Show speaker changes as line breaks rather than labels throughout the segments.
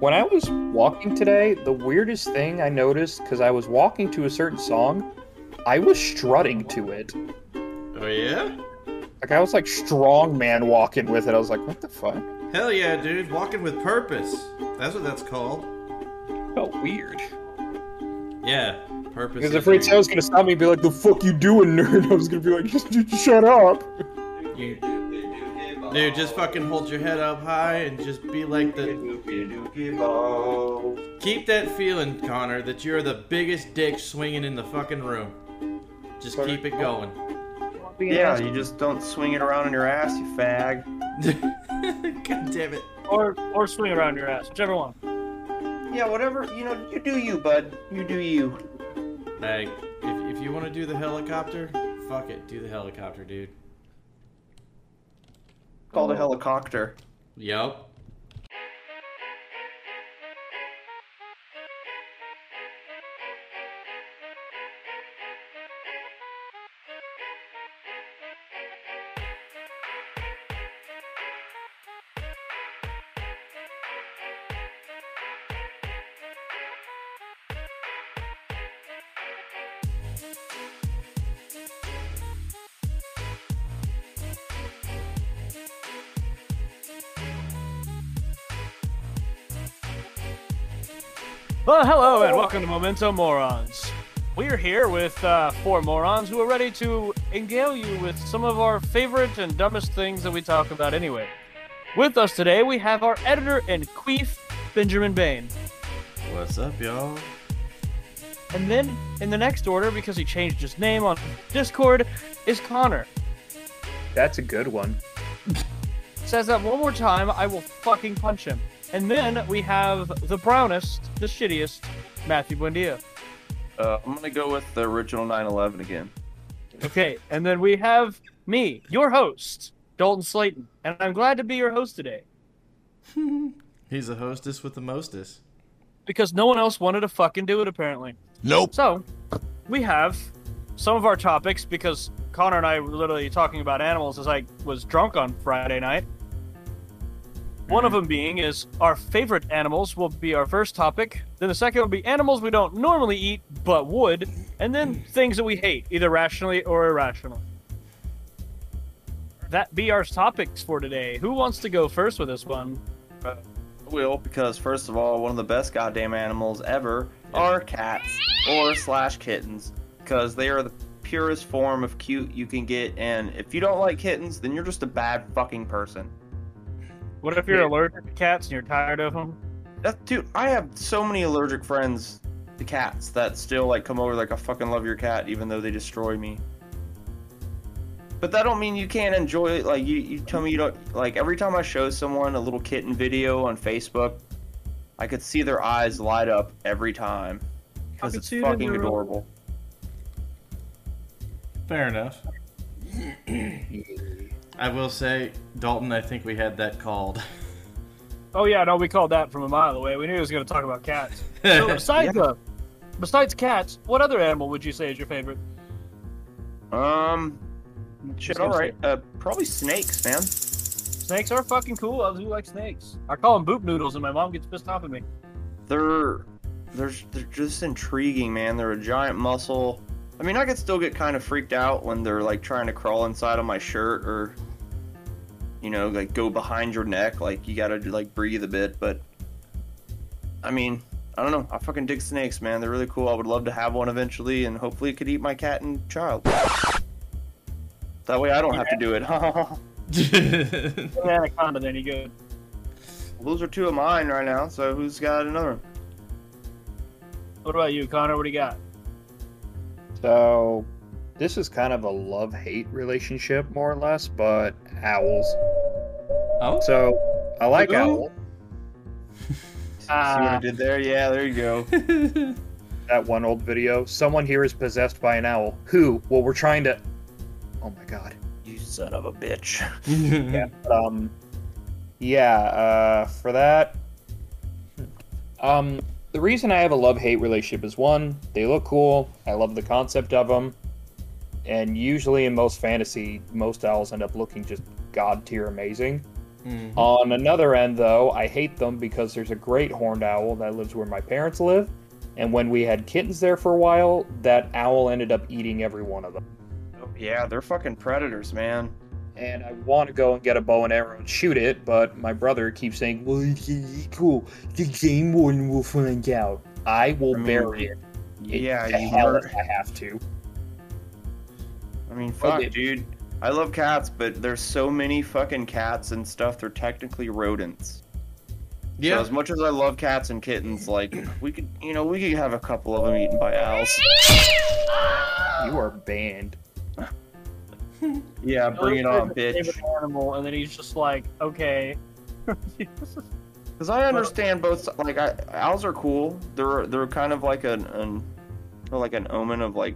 When I was walking today, the weirdest thing I noticed because I was walking to a certain song, I was strutting to it.
Oh yeah?
Like I was like strong man walking with it. I was like, what the fuck?
Hell yeah, dude! Walking with purpose. That's what that's called.
Felt weird.
Yeah, purpose.
Because
is
if Ray
weird.
was gonna stop me and be like, the fuck you doing, nerd? I was gonna be like, just, just shut up.
You- dude, just fucking hold your head up high and just be like the. Keep that feeling, Connor, that you're the biggest dick swinging in the fucking room. Just keep it going.
Yeah, you just don't swing it around in your ass, you fag.
God damn it.
Or or swing around your ass, whichever one.
Yeah, whatever. You know, you do you, bud. You do you.
Like, if, if you want to do the helicopter, fuck it, do the helicopter, dude.
Called a helicopter.
Yup.
Well, hello and welcome to Memento Morons. We're here with uh, four morons who are ready to regale you with some of our favorite and dumbest things that we talk about anyway. With us today, we have our editor and queef, Benjamin Bain.
What's up, y'all?
And then, in the next order, because he changed his name on Discord, is Connor.
That's a good one.
Says that one more time, I will fucking punch him. And then we have the brownest, the shittiest, Matthew Buendia.
Uh, I'm gonna go with the original 911 again.
Okay, and then we have me, your host, Dalton Slayton, and I'm glad to be your host today
He's a hostess with the mostest.
because no one else wanted to fucking do it apparently.
Nope.
So, we have some of our topics because Connor and I were literally talking about animals as I was drunk on Friday night. One of them being is our favorite animals will be our first topic. Then the second will be animals we don't normally eat but would, and then things that we hate, either rationally or irrationally. That be our topics for today. Who wants to go first with this one?
Will because first of all, one of the best goddamn animals ever are cats or slash kittens because they are the purest form of cute you can get. And if you don't like kittens, then you're just a bad fucking person.
What if you're allergic to cats and you're tired of them?
That dude, I have so many allergic friends to cats that still like come over like I fucking love your cat even though they destroy me. But that don't mean you can't enjoy it. Like you, you tell me you don't like every time I show someone a little kitten video on Facebook, I could see their eyes light up every time because
could
it's
see it in
fucking
your-
adorable.
Fair enough. I will say, Dalton, I think we had that called.
Oh yeah, no, we called that from a mile away. We knew he was going to talk about cats. So besides uh, besides cats, what other animal would you say is your favorite?
Um, shit. All right, uh, probably snakes, man.
Snakes are fucking cool. I do like snakes. I call them boop noodles, and my mom gets pissed off at me.
they're they're they're just intriguing, man. They're a giant muscle. I mean, I could still get kind of freaked out when they're like trying to crawl inside of my shirt or you know, like go behind your neck, like you got to like breathe a bit, but I mean, I don't know. I fucking dig snakes, man. They're really cool. I would love to have one eventually and hopefully it could eat my cat and child. That way I don't have to do it.
An anaconda, then you good.
Those are two of mine right now, so who's got another one?
What about you, Connor? What do you got?
So, this is kind of a love hate relationship, more or less, but owls.
oh,
So, I like
Ooh.
owls.
See what I
Ah.
did there? Yeah, there you go.
That one old video. Someone here is possessed by an owl. Who? Well, we're trying to. Oh my god.
you son of a bitch.
um yeah uh for that um the reason i have a love-hate relationship is one they look cool i love the concept of them and usually in most fantasy most owls end up looking just god tier amazing
Mhm.
On another end, though, I hate them because there's a great horned owl that lives where my parents live, and when we had kittens there for a while, that owl ended up eating every one of them.
Oh, yeah, they're fucking predators, man.
And I want to go and get a bow and arrow and shoot it, but my brother keeps saying, "Well, it's cool. The game warden will find out." I will
I mean,
bury it.
Yeah,
to
you
hell
were.
if I have to.
I mean, fuck,
they-
dude. I love cats, but there's so many fucking cats and stuff. They're technically rodents. So
Yeah.
as much as I love cats and kittens, like we could, you know, we could have a couple of them eaten by owls.
You are banned.
Yeah, bring it on,
Ah, Favorite
bitch.
Animal, and then he's just like, okay.
Because I understand both. Like I, owls are cool. They're they're kind of like an, an or like an omen of like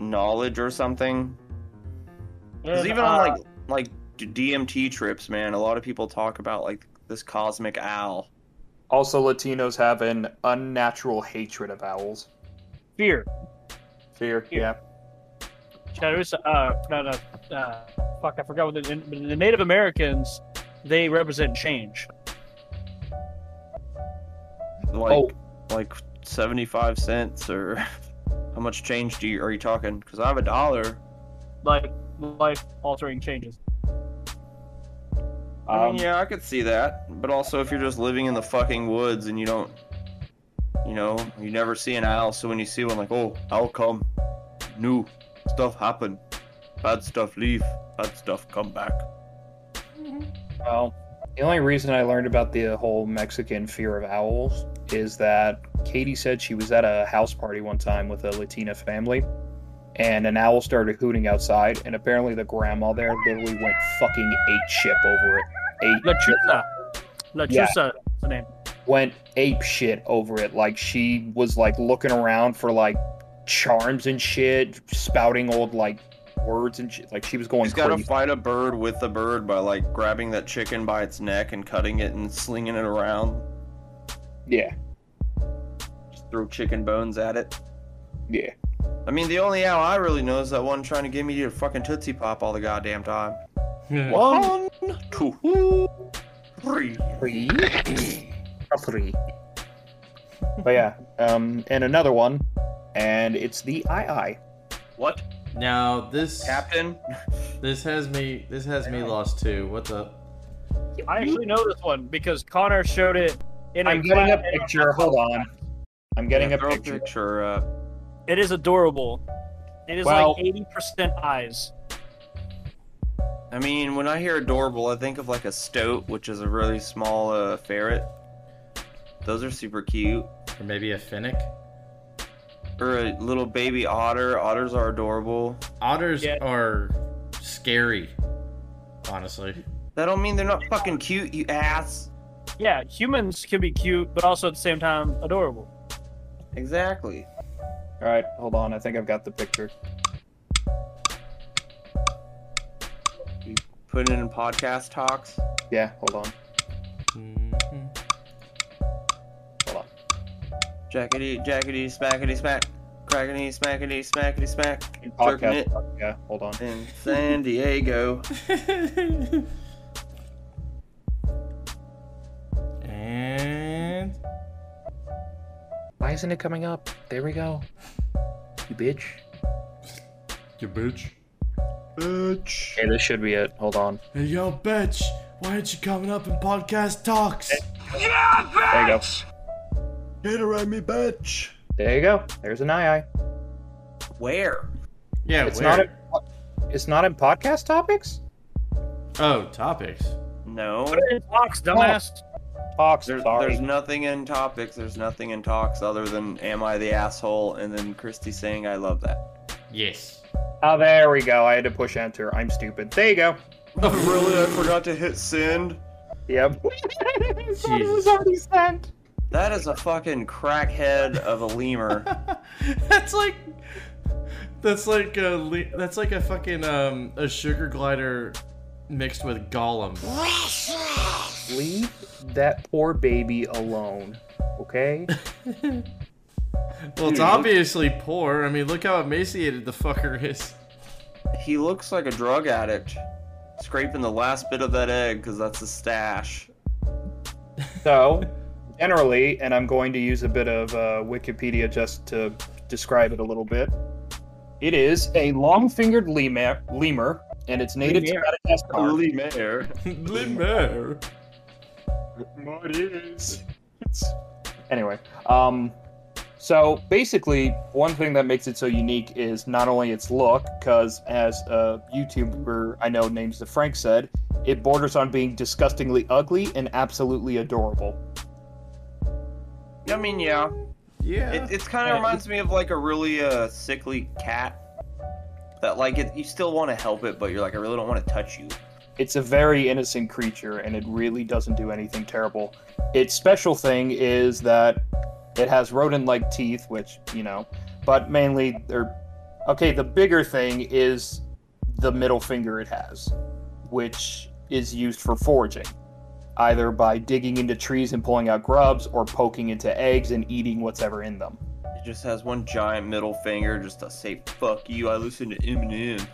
knowledge or something. Because even
uh,
uh,
on like like d- DMT trips, man, a lot of people talk about like this cosmic owl.
Also, Latinos have an unnatural hatred of owls.
fear.
Fear.
Yeah.
Yeah.
Chatteroosa, uh, no, no, uh, fuck, I forgot what the, the Native Americans, they represent change.
Like
Oh.
like seventy five cents or how much change do you are you talking? Because I have a dollar.
Like, life altering changes.
I
Um,
mean, yeah, I could see that. But also, if you're just living in the fucking woods and you don't, you know, you never see an owl, so when you see one, like, oh, owl come, new stuff happen, bad stuff leave, bad stuff come back.
Well, the only reason I learned about the whole Mexican fear of owls is that Katie said she was at a house party one time with a Latina family, and an owl started hooting outside, and apparently the grandma there literally went fucking ape ship over it. Ape
Lachusa. Lachusa
Yeah.
is the name.
went ape shit over it. Like she was like looking around for like charms and shit, spouting old like words and shit. Like she was going
He's got to
crazy.
fight a bird with a bird by like grabbing that chicken by its neck and cutting it and slinging it around.
yeah,
Just throw chicken bones at it.
yeah.
I mean, the only owl I really know is that one trying to give me a fucking Tootsie Pop all the goddamn time. One, two, three.
three. three. But yeah, um, and another one, and it's the I I.
What,
now this
Captain?
this has me this has me lost too. What's up?
I actually know this one because Connor showed it in a
I'm getting a
class.
picture. Hold on. I'm getting
Yeah,
a
throw
picture.
picture up.
It is adorable. It is
Well-
like 80% eyes.
I mean, when I hear adorable, I think of like a stoat, which is a really small uh, ferret. Those are super cute.
Or maybe a finnick?
Or a little baby otter. Otters are adorable.
Otters
Yeah.
are scary, honestly.
That don't mean they're not fucking cute, you ass.
Yeah, humans can be cute, but also at the same time adorable.
Exactly.
All right, hold on. I think I've got the picture.
Put it in podcast talks.
Yeah, hold on.
Mm-hmm.
Hold on.
Jackety, jackety, smackety, smack. Crackety, smackety, smackety, smack.
In
Jerking
podcast.
it
Yeah, hold on.
in San Diego.
and
Why isn't it coming up? There we go. You bitch.
you bitch.
Bitch.
Okay, this should be it. Hold on.
Hey yo, bitch! Why aren't you coming up in podcast talks?
There you go.
Get around me, bitch.
There you go. There's an I I.
Where?
Yeah,
It's
where?
not. in- it's not in podcast topics.
Oh, topics.
No.
Put it in box, dumbass.
Talks.
There's,
sorry.
there's nothing in topics. There's nothing in talks other than "Am I the asshole?" and then Christy saying, "I love that."
Yes.
Oh, there we go. I had to push enter. I'm stupid. There you go.
really? I forgot to hit send.
Yep.
Jesus.
That is a fucking crackhead of a lemur.
that's like that's like a le- that's like a fucking um a sugar glider mixed with Gollum.
Leave that poor baby alone, okay?
Well, it's obviously poor. I mean, look how emaciated the fucker is.
he looks like a drug addict. Scraping the last bit of that egg because that's a stash.
So, generally, and I'm going to use a bit of uh, Wikipedia just to describe it a little bit. It is a long-fingered lemur, lemur and it's native
Lemur.
to Madagascar.
Holy mare.
Limber.
anyway, um, so basically, one thing that makes it so unique is not only its look, because as a YouTuber I know named the Frank said, it borders on being disgustingly ugly and absolutely adorable.
I mean, yeah.
Yeah.
It, it's kind of reminds me of like a really uh, sickly cat. That like it, you still want to help it, but you're like, I really don't want to touch you.
It's a very innocent creature, and it really doesn't do anything terrible. Its special thing is that it has rodent-like teeth, which you know, but mainly they're okay. The bigger thing is the middle finger it has, which is used for foraging, either by digging into trees and pulling out grubs, or poking into eggs and eating whatever in them.
It just has one giant middle finger just to say, fuck you, I listen to Eminem.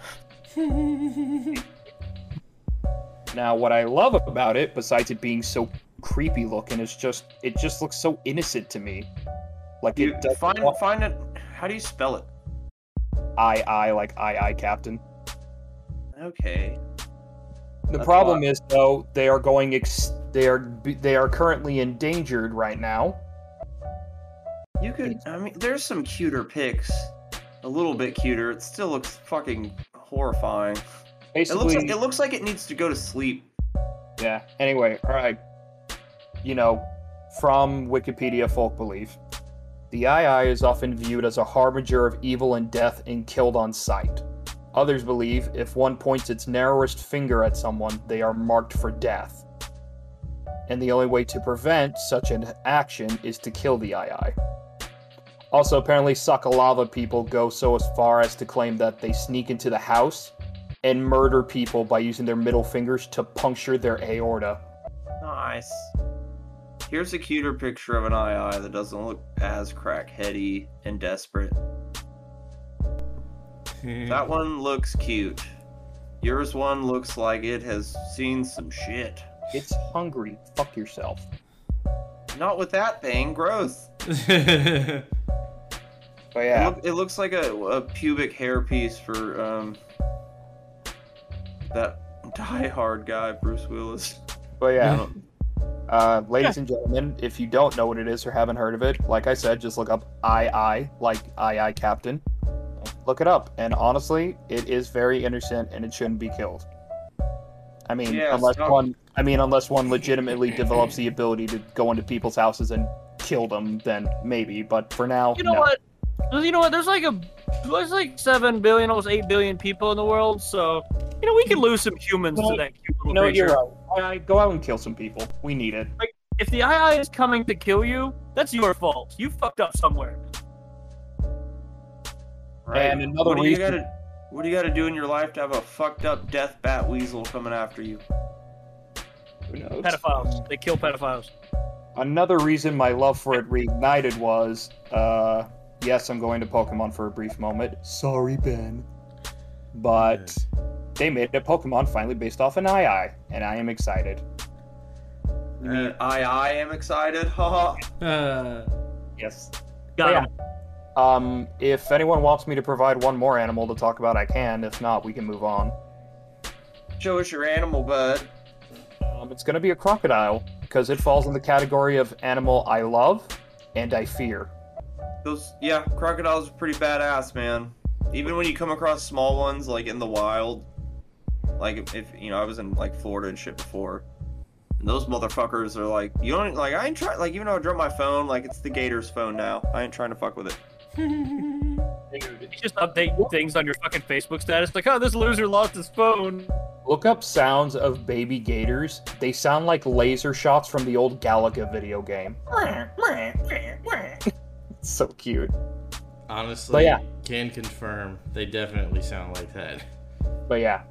Now, what I love about it, besides it being so creepy looking, is just it just looks so innocent to me. Like
You
it does
find,
want
find it. How do you spell it?
I I like I I Captain.
Okay.
The
That's
problem
why.
is though they are going ex- they are they are currently endangered right now.
You could. I mean, there's some cuter pics. A little bit cuter. It still looks fucking horrifying. It
Basically,
looks. Like, it looks like it needs to go to sleep.
yeah. Anyway, all right. You know, from Wikipedia folk belief, the II is often viewed as a harbinger of evil and death and killed on sight. Others believe if one points its narrowest finger at someone, they are marked for death. And the only way to prevent such an action is to kill the II. Also, apparently, Sakalava people go so as far as to claim that they sneak into the house and murder people by using their middle fingers to puncture their aorta.
Nice. Here's a cuter picture of an eye that doesn't look as crackheady and desperate.
Hmm.
That one looks cute. Yours one looks like it has seen some shit.
It's hungry. Fuck yourself.
Not with that thing. Gross.
But
It,
yeah,
look, it looks like a, a pubic hairpiece for um that Die Hard guy, Bruce Willis. Um,
but yeah. Uh, ladies and gentlemen, if you don't know what it is or haven't heard of it, like I said, just look up I I like I I Captain. Look it up, and honestly, it is very innocent and it shouldn't be killed. I mean,
Yeah,
unless
stop.
one, I mean, unless one legitimately develops the ability to go into people's houses and kill them, then maybe. But for now,
You know
Oh, no.
what? You know what? There's like a there's like seven billion, almost eight billion people in the world, so you know we could lose some humans
No,
to that cute little
You know what?
creature.
You're right. I- I- Go out and kill some people. We need it.
If the II is coming to kill you, that's your fault. You fucked up somewhere.
And another
what do you
reason-
gotta what do you gotta do in your life to have a fucked up death bat weasel coming after you?
Who knows?
Pedophiles. They kill pedophiles.
Another reason my love for it reignited was, uh, yes, I'm going to Pokemon for a brief moment. Sorry, Ben. But they made a Pokemon finally based off an II, and I am excited.
Uh, I I am excited. Haha.
Uh,
Yes.
Got
Yeah.
him.
Um, if anyone wants me to provide one more animal to talk about, I can. If not, we can move on.
Show us your animal, bud.
Um, it's going to be a crocodile because it falls in the category of animal I love and I fear.
Those yeah, crocodiles are pretty badass, man. Even when you come across small ones like in the wild, like if, if you know I was in like Florida and shit before, and those motherfuckers are like you don't like I ain't trying like even though I dropped my phone like it's the Gator's phone now I ain't trying to fuck with it.
You just update things on your fucking Facebook status, like, oh, this loser lost his phone.
Look up sounds of baby gators. They sound like laser shots from the old Galaga video game. It's so cute. But
honestly,
yeah.
can confirm they definitely sound like that.
But yeah.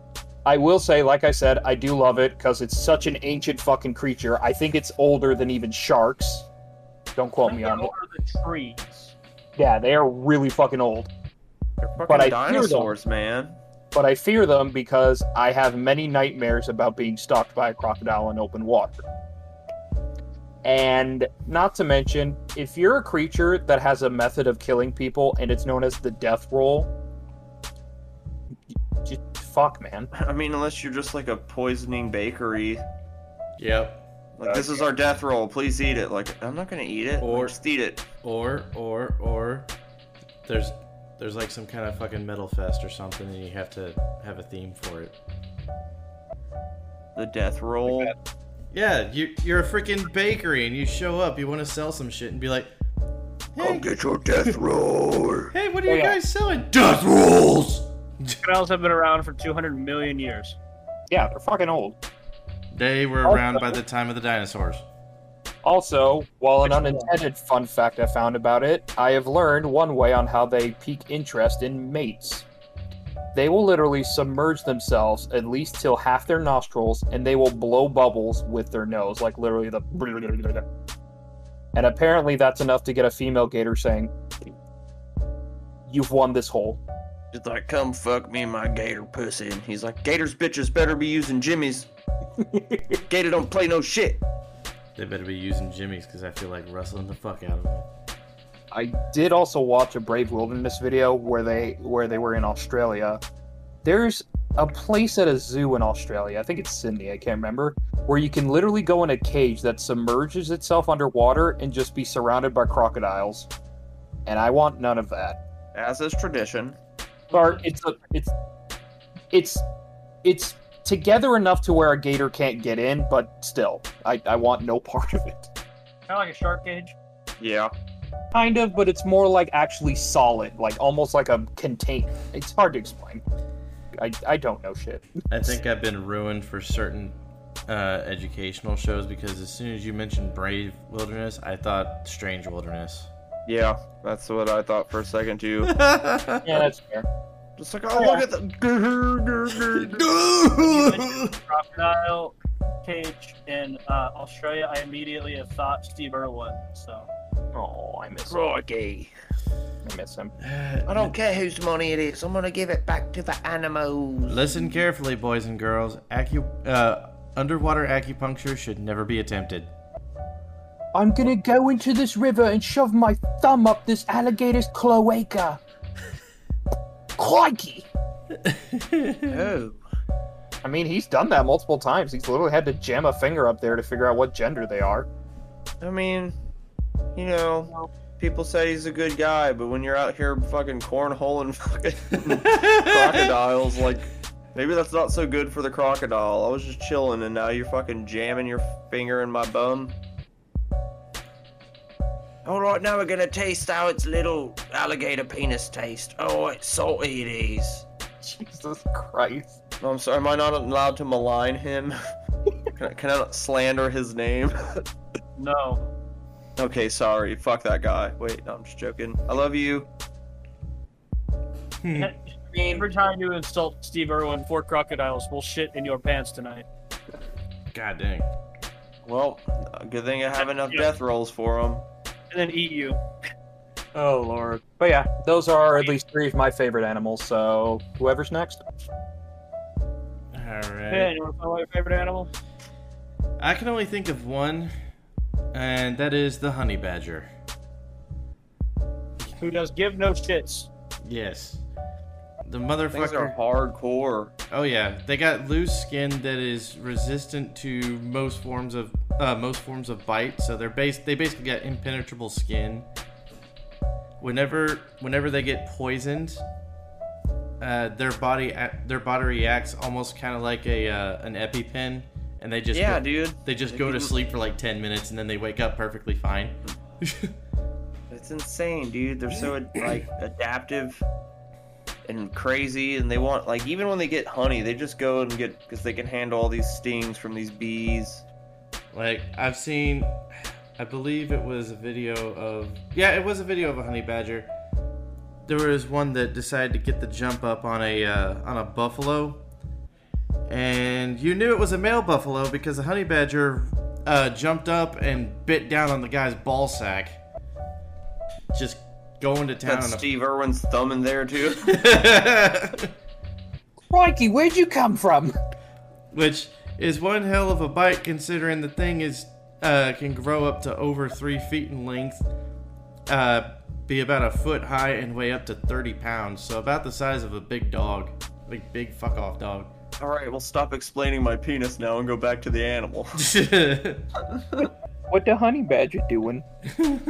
I will say, like I said, I do love it because it's such an ancient fucking creature. I think it's older than even sharks. Don't quote me on it.
the trees.
Yeah, they are really fucking old.
They're fucking
But I hear them.
dinosaurs, man.
but I fear them because I have many nightmares about being stalked by a crocodile in open water. And not to mention, if you're a creature that has a method of killing people and it's known as the death roll, just fuck, man.
I mean, unless you're just like a poisoning bakery.
Yep.
Like, this is our death roll. Please eat it. Like, I'm not gonna eat it.
Or-
Or just eat it.
Or or or there's there's like some kind of fucking metal fest or something, and you have to have a theme for it.
The death roll.
Yeah, you you're a freaking bakery, and you show up. You want to sell some shit, and be like, hey,
get your death roll.
hey, what are
Oh,
you
yeah.
guys selling? Death rolls.
Crocodiles have been around for 200 million years.
Yeah, they're fucking old.
They were
Also-
around by the time of the dinosaurs.
Also, while an
Which one?
unintended fun fact I found about it, I have learned one way on how they pique interest in mates. They will literally submerge themselves at least till half their nostrils, and they will blow bubbles with their nose, like literally the. And apparently, that's enough to get a female gator saying, "You've won this hole."
It's like, come fuck me and my gator pussy. And he's like, Gator's bitches better be using Jimmy's. gator don't play no shit.
They better be using Jimmy's because I feel like wrestling the fuck out of them.
I did also watch a Brave Wilderness video where they where they were in Australia. There's a place at a zoo in Australia, I think it's Sydney, I can't remember, where you can literally go in a cage that submerges itself underwater and just be surrounded by crocodiles. And I want none of that.
As is tradition.
Or it's a, it's it's it's together enough to where a gator can't get in, but still, I, I want no part of it.
Kind of like a shark cage.
Yeah.
Kind of, but it's more like actually solid, like almost like a contain. It's hard to explain. I, I don't know shit.
I think I've been ruined for certain uh, educational shows because as soon as you mentioned Brave Wilderness, I thought Strange Wilderness.
Yeah. That's what I thought for a second, too.
Yeah, that's fair.
Just like, oh, look at the.
Crocodile cage in uh, Australia. I immediately have thought Steve Irwin. So
Oh, I miss
Crikey.
I miss him.
I don't care whose money it is. I'm going to give it back to the animals.
Listen carefully, boys and girls. Acu- uh, underwater acupuncture should never be attempted.
I'm gonna go into this river and shove my thumb up this alligator's cloaca. Crikey!
Oh.
I mean, he's done that multiple times. He's literally had to jam a finger up there to figure out what gender they are.
I mean, you know, people say he's a good guy, but when you're out here fucking cornholing fucking. crocodiles like maybe that's not so good for the crocodile i was just chilling and now you're fucking jamming your finger in my bum all right now we're gonna taste how its little alligator penis tastes oh it's salty it is
Jesus Christ.
Oh, i'm sorry am i not allowed to malign him can, I, can i not slander his name
no,
okay sorry fuck that guy wait no, i'm just joking i love you
every time you insult Steve Irwin, four crocodiles will shit in your pants tonight.
God dang.
well good thing i have enough
Yeah.
death rolls for him
and then eat you.
Oh, Lord. But yeah, those are at least three of my favorite animals, so whoever's next.
All
Hey,
right.
you want to know my favorite animal?
I can only think of one, and that is the honey badger.
Who does give no shits?
Yes. The
things
motherfucker.
are hardcore
Oh yeah, they got loose skin that is resistant to most forms of uh, most forms of bite. So they're bas- they basically got impenetrable skin. Whenever whenever they get poisoned, uh, their body a- their body reacts almost kind of like a uh, an EpiPen, and they just
yeah
go,
dude
they just go to sleep for like ten minutes and then they wake up perfectly fine.
Mm. It's insane, dude. They're so like adaptive and crazy, and they want like even when they get honey, they just go and get because they can handle all these stings from these bees.
Like I've seen, I believe it was a video of yeah, it was a video of a honey badger. There was one that decided to get the jump up on a uh, on a buffalo, and you knew it was a male buffalo because the honey badger uh, jumped up and bit down on the guy's ball sack. Just going to town.
That's
on a-
Steve Irwin's thumb in there too.
Crikey, where'd you come from?
which is one hell of a bite considering the thing is uh, can grow up to over three feet in length, uh, be about a foot high, and weigh up to 30 pounds. So about the size of a big dog, like big fuck off dog.
All right, we'll stop explaining my penis now and go back to the animal.
What the honey badger doing?
but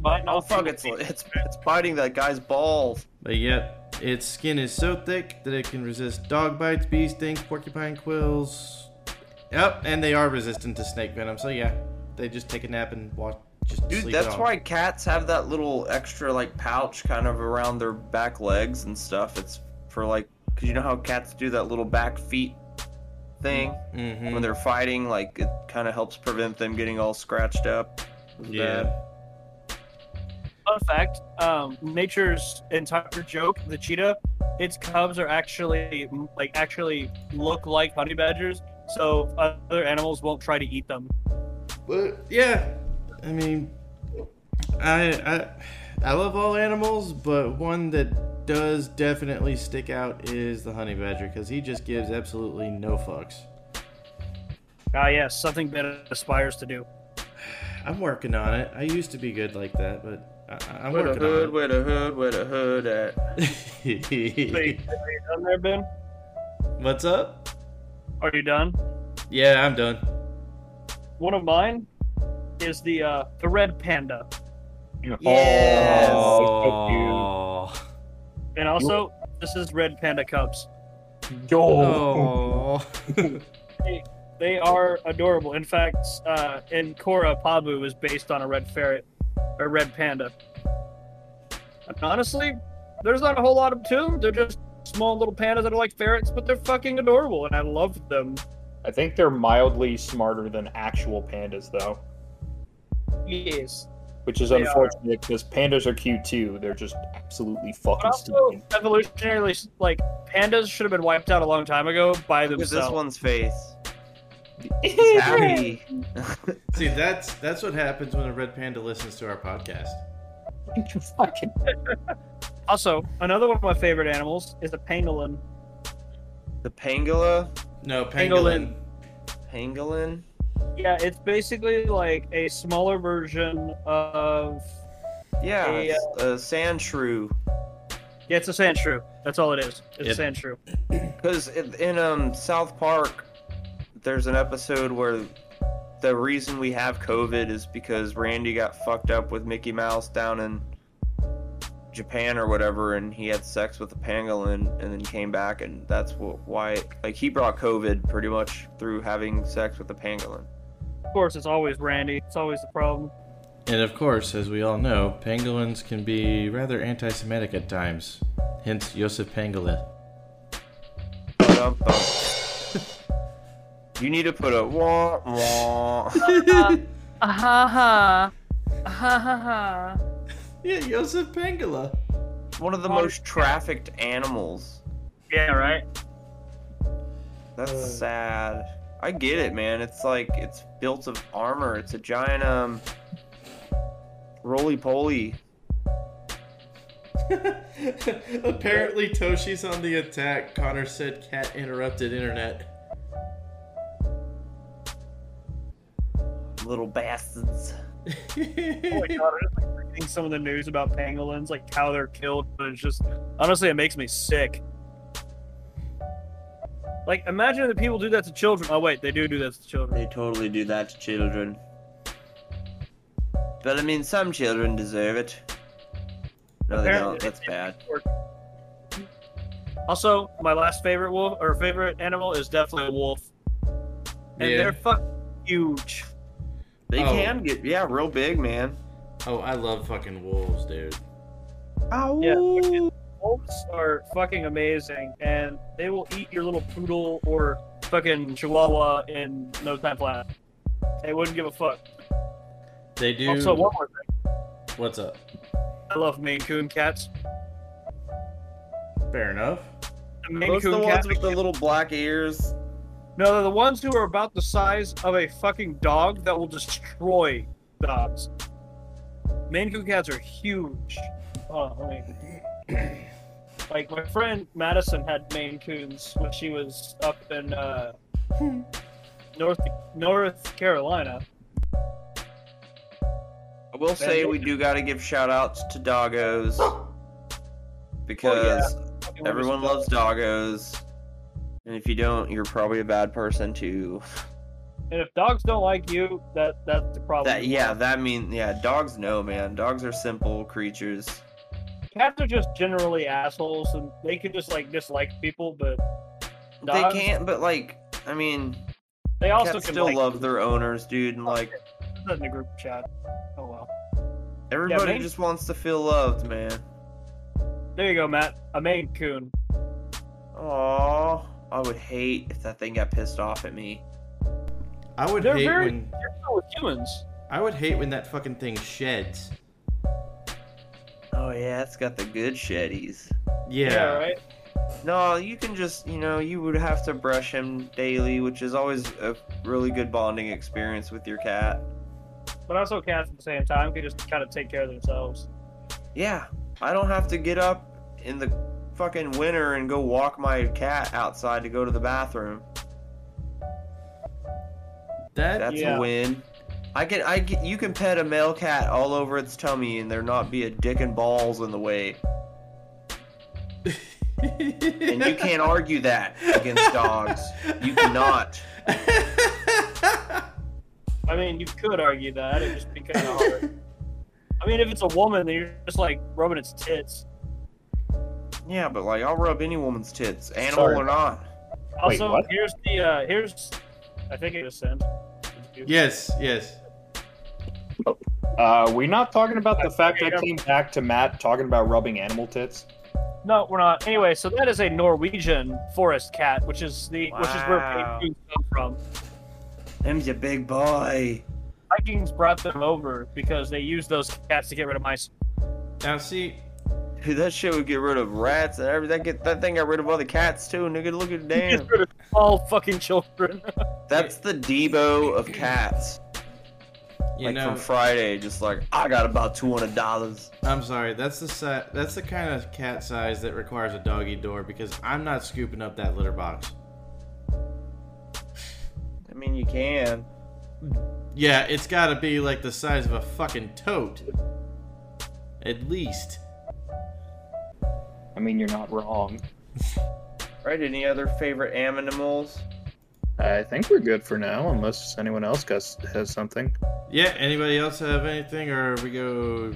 Might not
oh fuck!
be-
It's it's it's biting that guy's balls.
yep, its skin is so thick that it can resist dog bites, bee stings, porcupine quills. Yep, and they are resistant to snake venom. So yeah, they just take a nap and watch. Just
Dude,
sleep it
that's
off.
why cats have that little extra like pouch kind of around their back legs and stuff. It's for like, cause you know how cats do that little back feet thing
Mhm.
when they're fighting. Like it kind of helps prevent them getting all scratched up. It's
Yeah.
bad.
Fun fact: um, Nature's entire joke, the cheetah, its cubs are actually like actually look like honey badgers, so other animals won't try to eat them.
But yeah, I mean, I I I love all animals, but one that does definitely stick out is the honey badger because he just gives absolutely no fucks.
Ah, yes, something that it aspires to do.
I'm working on it. I used to be good like that, but I, I- I'm
Where the
working
hood?
on
Where the hood? Where the hood at?
Wait,
it.
are you done there, Ben?
What's up?
Are you done?
Yeah, I'm done.
One of mine is the uh, the red panda,
Yes.
Oh,
Oh.
and also this is red panda cubs.
oh.
Oh.
They are adorable. In fact, uh, in Korra, Pabu is based on a red ferret or red panda. And honestly, there's not a whole lot of them. They're just small little pandas that are like ferrets, but they're fucking adorable, and I love them.
I think they're mildly smarter than actual pandas, though,
Yes.
which is
They are.
unfortunate because pandas are cute too. They're just absolutely
But
fucking
also,
stupid.
evolutionarily, like pandas should have been wiped out a long time ago by
Look at this
themselves.
one's face. He's happy.
See, that's that's what happens when a red panda listens to our podcast.
You fucking-
Also, another one of my favorite animals is the pangolin.
The pangolin.
No,
Pangolin.
pangolin.
Pangolin.
Yeah, it's basically like a smaller version of
Yeah,
A, uh,
it's a sand shrew.
Yeah, it's a sand shrew. That's all it is.
Yep.
It's a sand shrew.
Because in um, South Park, there's an episode where the reason we have COVID is because Randy got fucked up with Mickey Mouse down in Japan or whatever, and he had sex with a pangolin, and then came back, and that's wh- why. Like he brought COVID pretty much through having sex with a pangolin.
Of course, it's always Randy. It's always the problem.
And of course, as we all know, pangolins can be rather anti Semitic at times. Hence, Joseph Pangolin.
Ba-dum-bum. you need to put a wah wah.
Ah ha ha. Ha ha ha.
yeah, Joseph Pangala.
One of the most trafficked animals.
Yeah, right?
That's sad. I get it, man. It's like it's built of armor. It's a giant um roly poly.
Apparently, Toshi's on the attack. Connor said cat interrupted internet.
Little bastards.
Oh my god, I just like reading some of the news about pangolins, like how they're killed, but it's just honestly, it makes me sick. Like, imagine that people do that to children. Oh wait, they do do that to children.
They totally do that to children. But I mean, some children deserve it. No, they
Apparently-
don't. That's bad.
Also, my last favorite wolf or favorite animal is definitely a wolf, and
Yeah.
they're fucking huge.
They
Oh.
can get yeah, real big, man.
oh, I love fucking wolves, dude.
Ow.
Yeah, wolves are fucking amazing, and they will eat your little poodle or fucking chihuahua in no time flat. They wouldn't give a fuck.
They do.
Also, one more thing.
What's up?
I love Maine Coon cats.
Fair enough.
The Maine
Those are the
Coon
ones
cats.
with the little black ears.
No, they're the ones who are about the size of a fucking dog that will destroy dogs. Maine Coon cats are huge. Oh, let me. Like my friend Madison had Maine Coons when she was up in uh, North North Carolina.
I will say we do got to give shout outs to doggos because
Fucking
everyone
wonderful.
loves doggos. And if you don't, you're probably a bad person too.
And if dogs don't like you, that that's the problem.
That yeah, that mean yeah, dogs know, man. Dogs are simple creatures.
Cats are just generally assholes, and they can just like dislike people, but dogs,
They can't, but like, I mean,
they also
cats
can
still
like,
love their owners, dude. And like,
Put in a group chat. Oh well.
everybody
Maine-
just wants to feel loved, man.
There you go, Matt. A Maine Coon.
Aww, I would hate if that thing got pissed off at me.
I would
They're
hate
very-
when
They're not Oh, with humans.
I would hate when that fucking thing sheds.
Oh yeah, it's got the good sheddies.
Yeah.
right.
No, you can just, you know, you would have to brush him daily, which is always a really good bonding experience with your cat.
But also cats at the same time can just kind of take care of themselves.
Yeah, I don't have to get up in the fucking winter and go walk my cat outside to go to the bathroom.
That
That's
Yeah.
a win. I can, I can, you can pet a male cat all over its tummy and there not be a dick and balls in the way. And you can't argue that against dogs. You cannot.
I mean, you could argue that. It'd just be kind of hard. I mean, if it's a woman, then you're just like rubbing its tits.
Yeah, but like, I'll rub any woman's tits, animal
Sorry.
or not.
Wait,
Also,
what?
here's the uh, here's. I think it was sent.
yes, yes.
Uh, we not talking about the fact I
Yeah.
came back to Matt talking about rubbing animal tits.
No, we're not. Anyway, so that is a Norwegian forest cat, which is the which is where
Wow.
Vikings come from.
Them's a big boy.
Vikings brought them over because they used those cats to get rid of mice.
Now see,
Dude, that shit would get rid of rats and everything. That, get, that thing got rid of other cats too. Nigga, look at damn.
Gets rid of all fucking children.
That's the Debo of cats.
you
like
know,
from Friday, just like I got about two hundred dollars.
I'm sorry. That's the si- that's the kind of cat size that requires a doggy door because I'm not scooping up that litter box.
I mean, you can.
Yeah, it's got to be like the size of a fucking tote. At least.
I mean, you're not wrong.
Right? Any other favorite animals?
I think we're good for now, unless anyone else has, has something.
Yeah, anybody else have anything or we go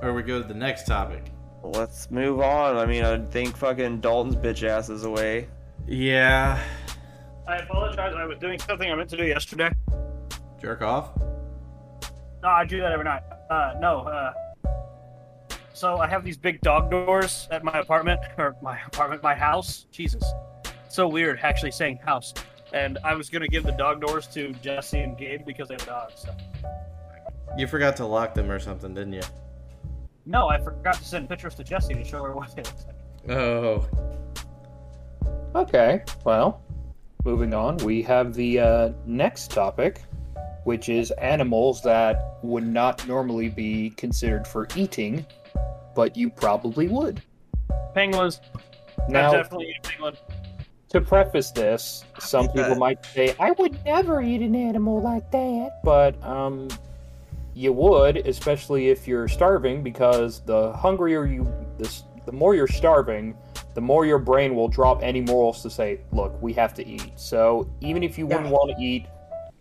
or we go to the next topic?
Let's move on. I mean, I think fucking Dalton's bitch ass is away.
Yeah.
I apologize. I was doing something I meant to do yesterday.
Jerk off.
No, I do that every night. Uh, no. Uh, so I have these big dog doors at my apartment, or my apartment, my house. Jesus, so weird actually saying house. And I was gonna give the dog doors to Jesse and Gabe because they have dogs. So.
You forgot to lock them or something, didn't you?
No, I forgot to send pictures to Jesse to show her what it was.
Oh.
Okay, well, moving on, we have the uh, next topic, which is animals that would not normally be considered for eating, but you probably would.
Penguins.
Now,
I'm definitely a penguin.
to preface this, some people might say, I would never eat an animal like that. But um, you would, especially if you're starving, because the hungrier you, the, s- the more you're starving, the more your brain will drop any morals to say, look, we have to eat. So even if you wouldn't want to eat,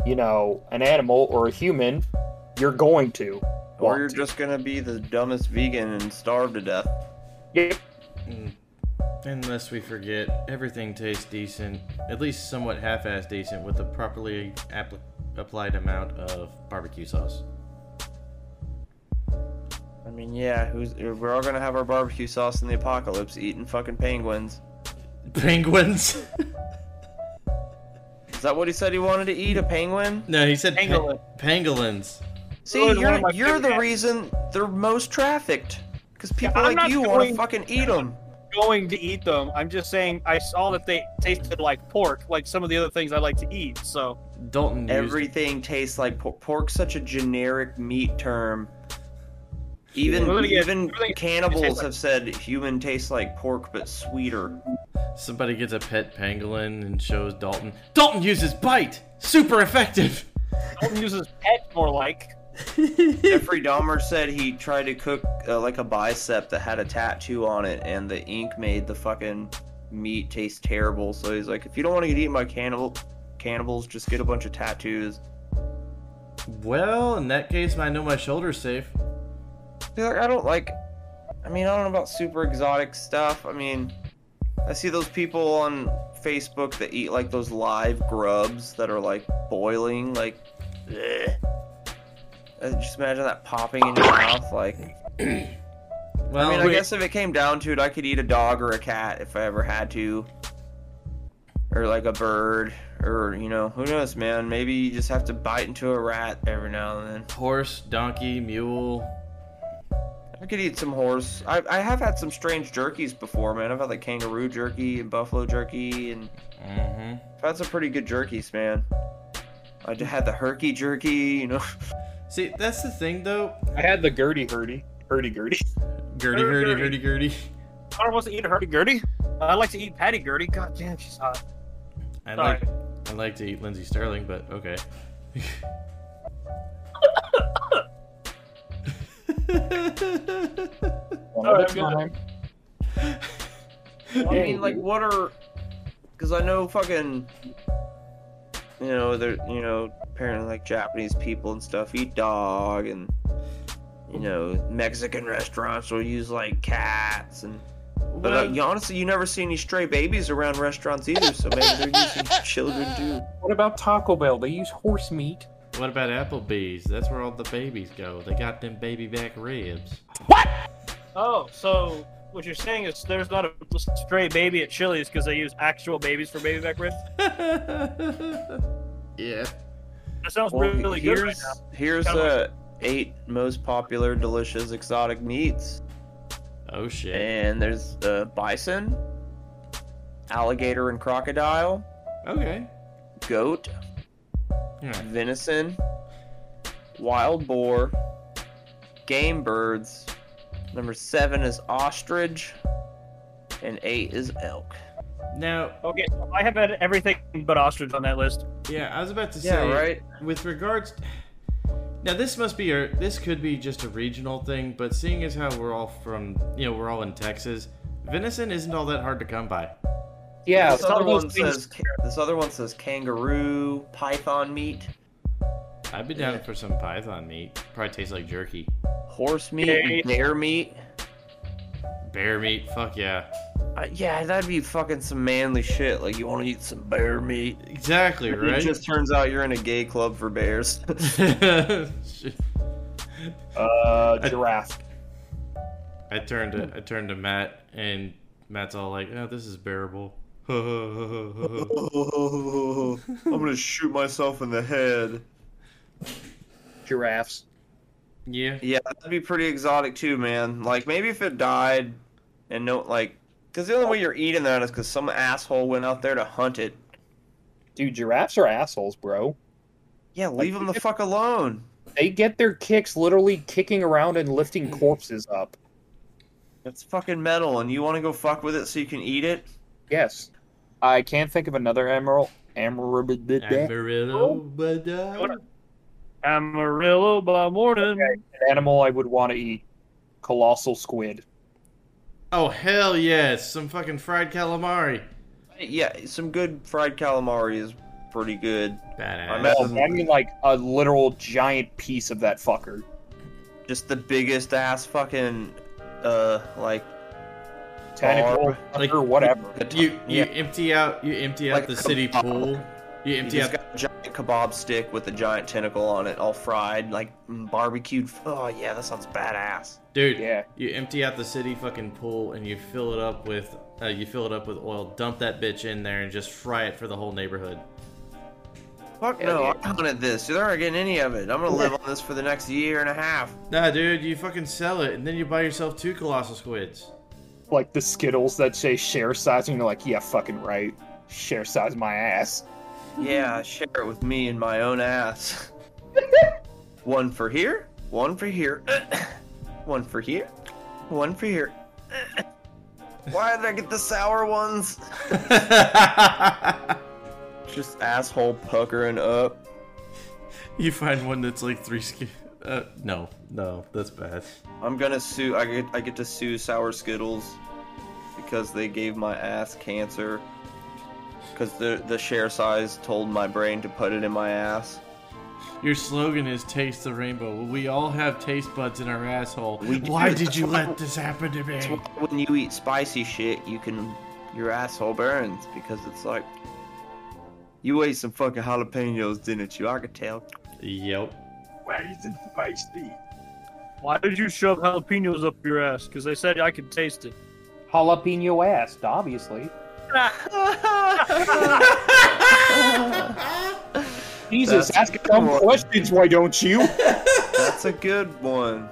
you know, an animal or a human, you're going to.
Or you're
want to.
just gonna be the dumbest vegan and starve to death.
Yep.
Unless we forget, everything tastes decent, at least somewhat half-ass decent, with a properly appli applied amount of barbecue sauce.
I mean, yeah, who's we're all gonna have our barbecue sauce in the apocalypse, eating fucking penguins.
Penguins.
Is that what he said he wanted to eat? A penguin?
no, he said pe-
Pangolin.
pangolins.
See,
Those are one
you're,
of my
you're the
favorite-
reason they're most trafficked. Because people
I'm
like
not
you want to
going-
fucking eat them.
Going to eat them. I'm just saying I saw that they tasted like pork, like some of the other things I like to eat. So
Dalton. used-
Everything tastes like pork. Pork's such a generic meat term. Even
Well, then again-
even
well, then again, it
cannibals
tastes
have said human tastes like pork but sweeter.
Somebody gets a pet pangolin and shows Dalton. Dalton uses bite. Super effective.
Dalton uses pet more like.
Jeffrey Dahmer said he tried to cook uh, like a bicep that had a tattoo on it, and the ink made the fucking meat taste terrible. So he's like, if you don't want to get eaten by cannibal cannibals, just get a bunch of tattoos.
Well, in that case, I know my shoulder's safe.
He's like, I don't like. I mean, I don't know about super exotic stuff. I mean, I see those people on Facebook that eat like those live grubs that are like boiling, like. bleh. Uh, Just imagine that popping in your mouth, like.
Well,
I mean, I
wait,
guess if it came down to it, I could eat a dog or a cat if I ever had to, or like a bird, or you know, who knows, man? Maybe you just have to bite into a rat every now and then.
horse, donkey, mule.
I could eat some horse. I, I have had some strange jerkies before, man. I've had like kangaroo jerky and buffalo jerky, and
hmm
I've had some pretty good jerkies, man. I d- had the herky jerky, you know.
See, that's the thing, though.
I had the Gertie Hurdy. Hurdy Gurdy.
Gertie,
Hurdy,
Gertie, Gertie, Gertie.
Connor wants to eat a hurdy-gurdy. I like to eat Patty Gurdy. God damn, she's hot.
I
Sorry.
like, I like to eat Lindsey Sterling, but okay.
One
Uh,
Alright,
at a
I'm
time.
I mean, like, what are? Because I know fucking, you know, they're you know apparently like Japanese people and stuff eat dog, and you know Mexican restaurants will use like cats, and but
Well,
like, you, honestly, you never see any stray babies around restaurants either, so maybe they're using children too.
What about Taco Bell? They use horse meat.
what about Applebee's? That's where all the babies go. They got them baby back ribs.
Oh, so what you're saying is there's not a stray baby at Chili's because they use actual babies for baby back ribs?
yeah.
That sounds
Well,
really good right
here's
now.
here's
Kinda
the eight most popular delicious exotic meats,
Oh shit.
and there's uh, bison, alligator and crocodile,
Okay.
goat,
Yeah.
venison, wild boar, game birds. Number seven is ostrich, and eight is elk.
Now,
Okay, so I have had everything but ostrich on that list.
yeah, I was about to say.
Yeah, right.
with regards now this must be a this could be just a regional thing but seeing as how we're all from you know we're all in texas venison isn't all that hard to come by
Yeah,
this other one says ca- this other one says kangaroo, python meat,
i'd be down for some python meat probably tastes like jerky
horse meat,
Okay.
and bear meat.
bear meat fuck yeah
Uh, yeah, that'd be fucking some manly shit. Like you want to eat some bear meat.
exactly
It
right
just turns out you're in a gay club for bears.
Shit.
Uh, giraffe.
i turned to i turned to matt and matt's all like oh this is bearable
I'm gonna shoot myself in the head.
Giraffes.
yeah
Yeah, that'd be pretty exotic too, man. Like maybe if it died, and no, like, because the only way you're eating that is because some asshole went out there to hunt it.
Dude, giraffes are assholes, bro.
Yeah,
Like,
leave them the
if-
fuck alone.
They get their kicks literally kicking around and lifting
Hmm.
corpses up.
It's fucking metal, and you want to go fuck with it so you can eat it.
Yes. I can't think of another emerald. Emerald.
Amarillo, but,
What
uh,
Amarillo by morning.
An animal I would want to eat. Colossal squid.
oh hell yes some fucking fried calamari
Yeah, some good fried calamari is pretty good.
Badass.
That
Oh,
doesn't-
I mean, like a literal giant piece of that fucker.
Just the biggest ass fucking, uh, like
Tentacle,
Like-
or whatever.
You you
Yeah.
empty out you empty out
Like
the
a
city
kebab.
pool. You
You
empty
just
out.
got a giant kebab stick with a giant tentacle on it, all fried, like mm, barbecued. Oh yeah, that sounds badass.
dude.
Yeah.
You empty out the city fucking pool and you fill it up with uh, you fill it up with oil. Dump that bitch in there and just fry it for the whole neighborhood.
Fuck no, I'm not at this. You're not getting any of it. I'm gonna live on this for the next year and a half.
Nah, dude, you fucking sell it and then you buy yourself two colossal squids.
Like the Skittles that say share size, and you're like, yeah, fucking right. Share size my ass.
Yeah, share it with me and my own ass. one for here, one for here. One for here. One for here. Why did I get the sour ones? Just asshole puckering up.
you find one that's like three ski. Uh, no, no, that's bad.
I'm gonna sue. I get. I get to sue Sour Skittles because they gave my ass cancer. Because the the share size told my brain to put it in my ass.
Your slogan is "Taste the Rainbow." Well, we all have taste buds in our asshole.
We do.
Why did you let this happen to
That's
me?
why when you eat spicy shit, you can your asshole burns because it's like you ate some fucking jalapenos, didn't you? I could tell.
Yep.
Why is it spicy?
Why did you shove jalapenos up your ass? Because they said I could taste it.
Jalapeno assed, obviously. Jesus,
That's-
ask dumb questions, why don't you?
That's a good one.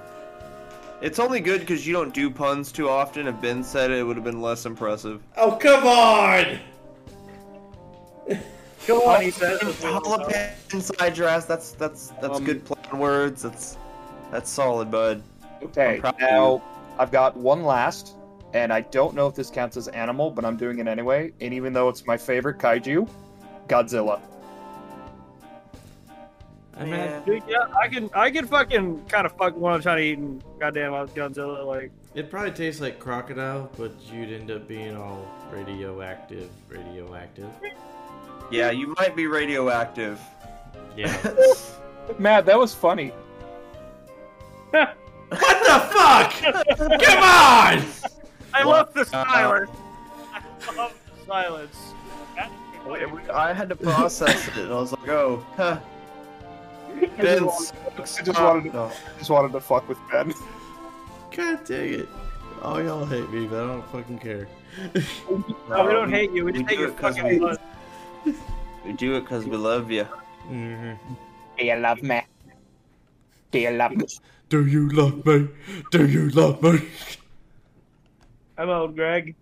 It's only good because you don't do puns too often. If Ben said it, it would have been less impressive.
Oh come on!
Go on, he says.
Jalapeno inside your ass. That's that's that's
Um,
good plan words. That's that's solid, bud. I'm
Okay,
proud of
now I've got one last, and I don't know if this counts as animal, but I'm doing it anyway. And even though it's my favorite kaiju, Godzilla.
I mean,
Dude, yeah, I can, I can fucking kind of fuck when I'm trying to eat and goddamn Godzilla. Like,
it probably tastes like crocodile, but you'd end up being all radioactive. Radioactive.
Yeah, you might be radioactive.
Yeah.
That's
Matt, that was funny.
What the fuck? Come on!
I
Wow.
love the silence. I love the silence.
I had to process it, and I was like, oh, huh. Ben
I
sucks.
just wanted to,
No.
just wanted to fuck with Ben.
God dang it. All y'all hate me, but I don't fucking care.
No, we don't hate you. We just hate
do
your
it 'cause
fucking
we,
blood.
we do it because we love you.
Do you love me? Do you love me?
Do you love me? Do you love me?
I'm old, Greg.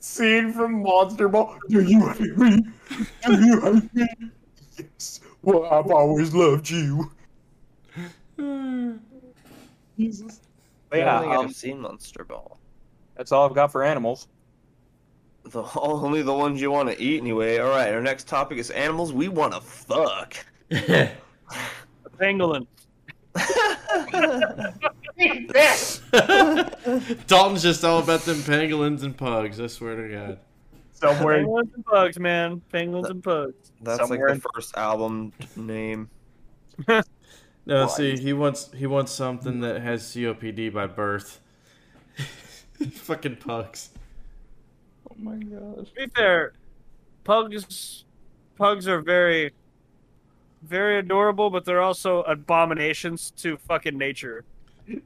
Scene from Monster Ball. Do you hate me? Do you hate me? Yes. Well, I've always loved you. Jesus.
I don't
yeah,
think
um,
I've seen Monster Ball.
that's all I've got for animals.
The, only the ones you want to eat, anyway. All right, our next topic is animals we want to fuck.
A pangolin.
Dalton's just all about them pangolins and pugs, I swear to God.
Somewhere.
Penguins and bugs, man. Penguins and bugs.
That's
Somewhere in-
like the first album name.
No,
Well,
see, he wants he wants something that has COPD by birth. fucking pugs.
oh my gosh.
To be fair, pugs, pugs are very, very adorable, but they're also abominations to fucking nature.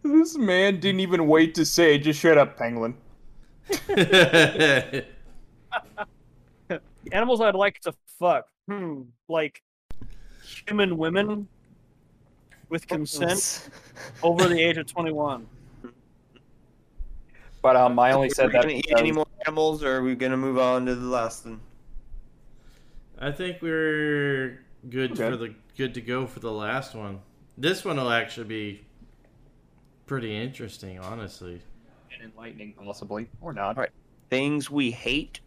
This man didn't even wait to say, just shut up, Penguin.
Animals I'd like to fuck, hmm, like human women with consent over the age of 21.
But um, I
Are
only
we
said that.
gonna eat
because-
any more animals, or are we gonna move on to the last one?
I think we're good
Okay.
for the good to go for the last one. This one will actually be pretty interesting, honestly.
and enlightening, possibly or not.
Alright. Things we hate,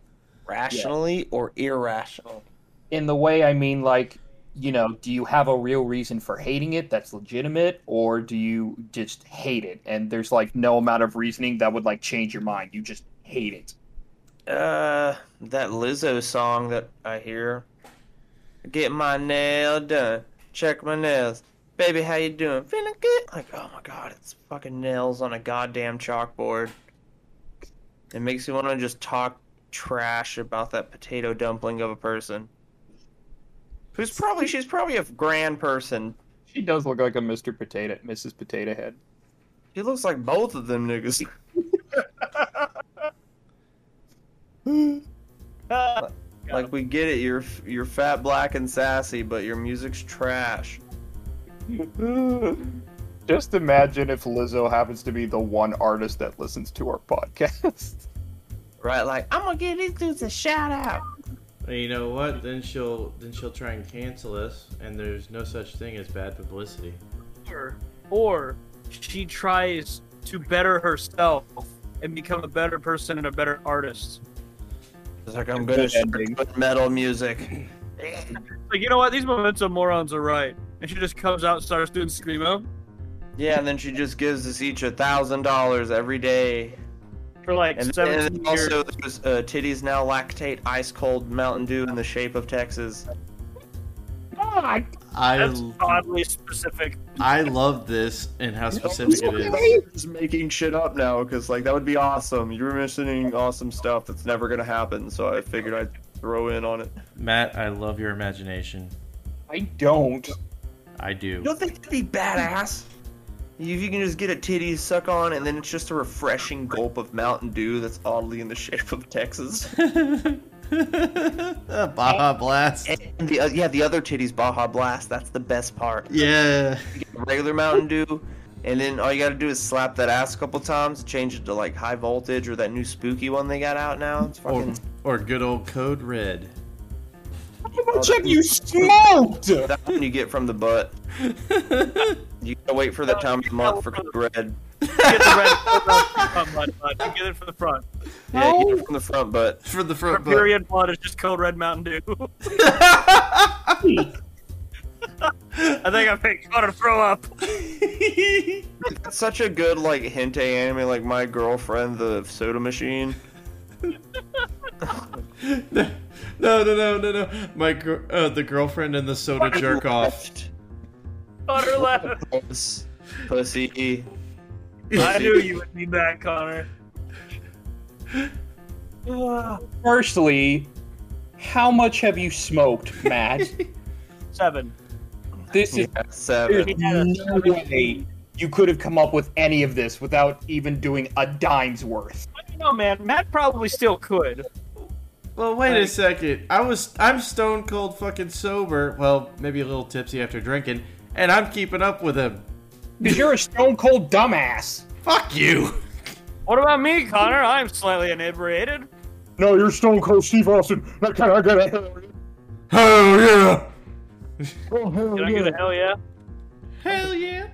rationally or irrationally.
In the way, I mean, like, you know, do you have a real reason for hating it that's legitimate, or do you just hate it? And there's like no amount of reasoning that would like change your mind. You just hate it.
Uh, that Lizzo song that I hear. Get my nail done. Check my nails. Baby, how you doing? Feeling good? Like, oh my god, it's fucking nails on a goddamn chalkboard. It makes me want to just talk trash about that potato dumpling of a person. Who's probably she's probably a grand person.
She does look like a Mr. Potato, Mrs. Potato Head.
He looks like both of them niggas.
Ah,
Like we get it, you're you're fat, black, and sassy, but your music's trash.
Just imagine if Lizzo happens to be the one artist that listens to our podcast.
Right, like I'm gonna give these dudes a shout out.
And you know what? Then she'll then she'll try and cancel us, and there's no such thing as bad publicity.
or, or she tries to better herself and become a better person and a better artist.
It's like I'm
Good
gonna start
ending.
with metal music.
Like, you know what? These memento morons are right. And she just comes out and starts doing Screamo
Yeah, and then she just gives us each a thousand dollars every day.
for like
And,
17
and
years.
also, there's uh, titties now lactate ice cold Mountain Dew in the shape of Texas.
Ah,
God,
I,
that's oddly specific.
I love this and how specific it is.
Just making shit up now because like that would be awesome. You're mentioning awesome stuff that's never gonna happen, so I figured I'd throw in on it.
Matt, I love your imagination.
I don't.
I do.
You don't think that'd be badass? If you can just get a titty suck on, and then it's just a refreshing gulp of Mountain Dew that's oddly in the shape of Texas.
Baja Blast.
And the uh, yeah, the other titties Baja Blast. That's the best part.
Yeah.
Regular Mountain Dew, and then all you gotta do is slap that ass a couple times, change it to like high voltage or that new spooky one they got out now. It's
Or,
fucking.
or good old Code Red.
How much have you smoked?
That one you get from the butt. You gotta wait for the time of month for Code Red.
Get the red front blood, bud. You Get it for the front.
Yeah, you get it from the front butt.
For the
Her
front book.
period blood is just cold red Mountain Dew. I think I picked Connor to throw up.
That's such a good like hente anime, like my girlfriend, the soda machine.
no, no, no, no, no. My gr- uh, the girlfriend and the soda jerk off.
Connor left.
Left. Pussy.
I knew you would need that, Connor. Ah,
Firstly, how much have you smoked, Matt?
Seven.
this is
Yeah,
there's
seven.
no way you could have come up with any of this without even doing a dime's worth.
I don't know, man. Matt probably still could.
Well, wait a second. I was I'm stone cold fucking sober. Well, maybe a little tipsy after drinking, and I'm keeping up with him.
Because you're a stone cold dumbass.
Fuck you.
What about me, Connor? I'm slightly inebriated.
No, you're Stone Cold Steve Austin. I gotta, I gotta.
Hell yeah.
Did I get a hell yeah?
Hell yeah.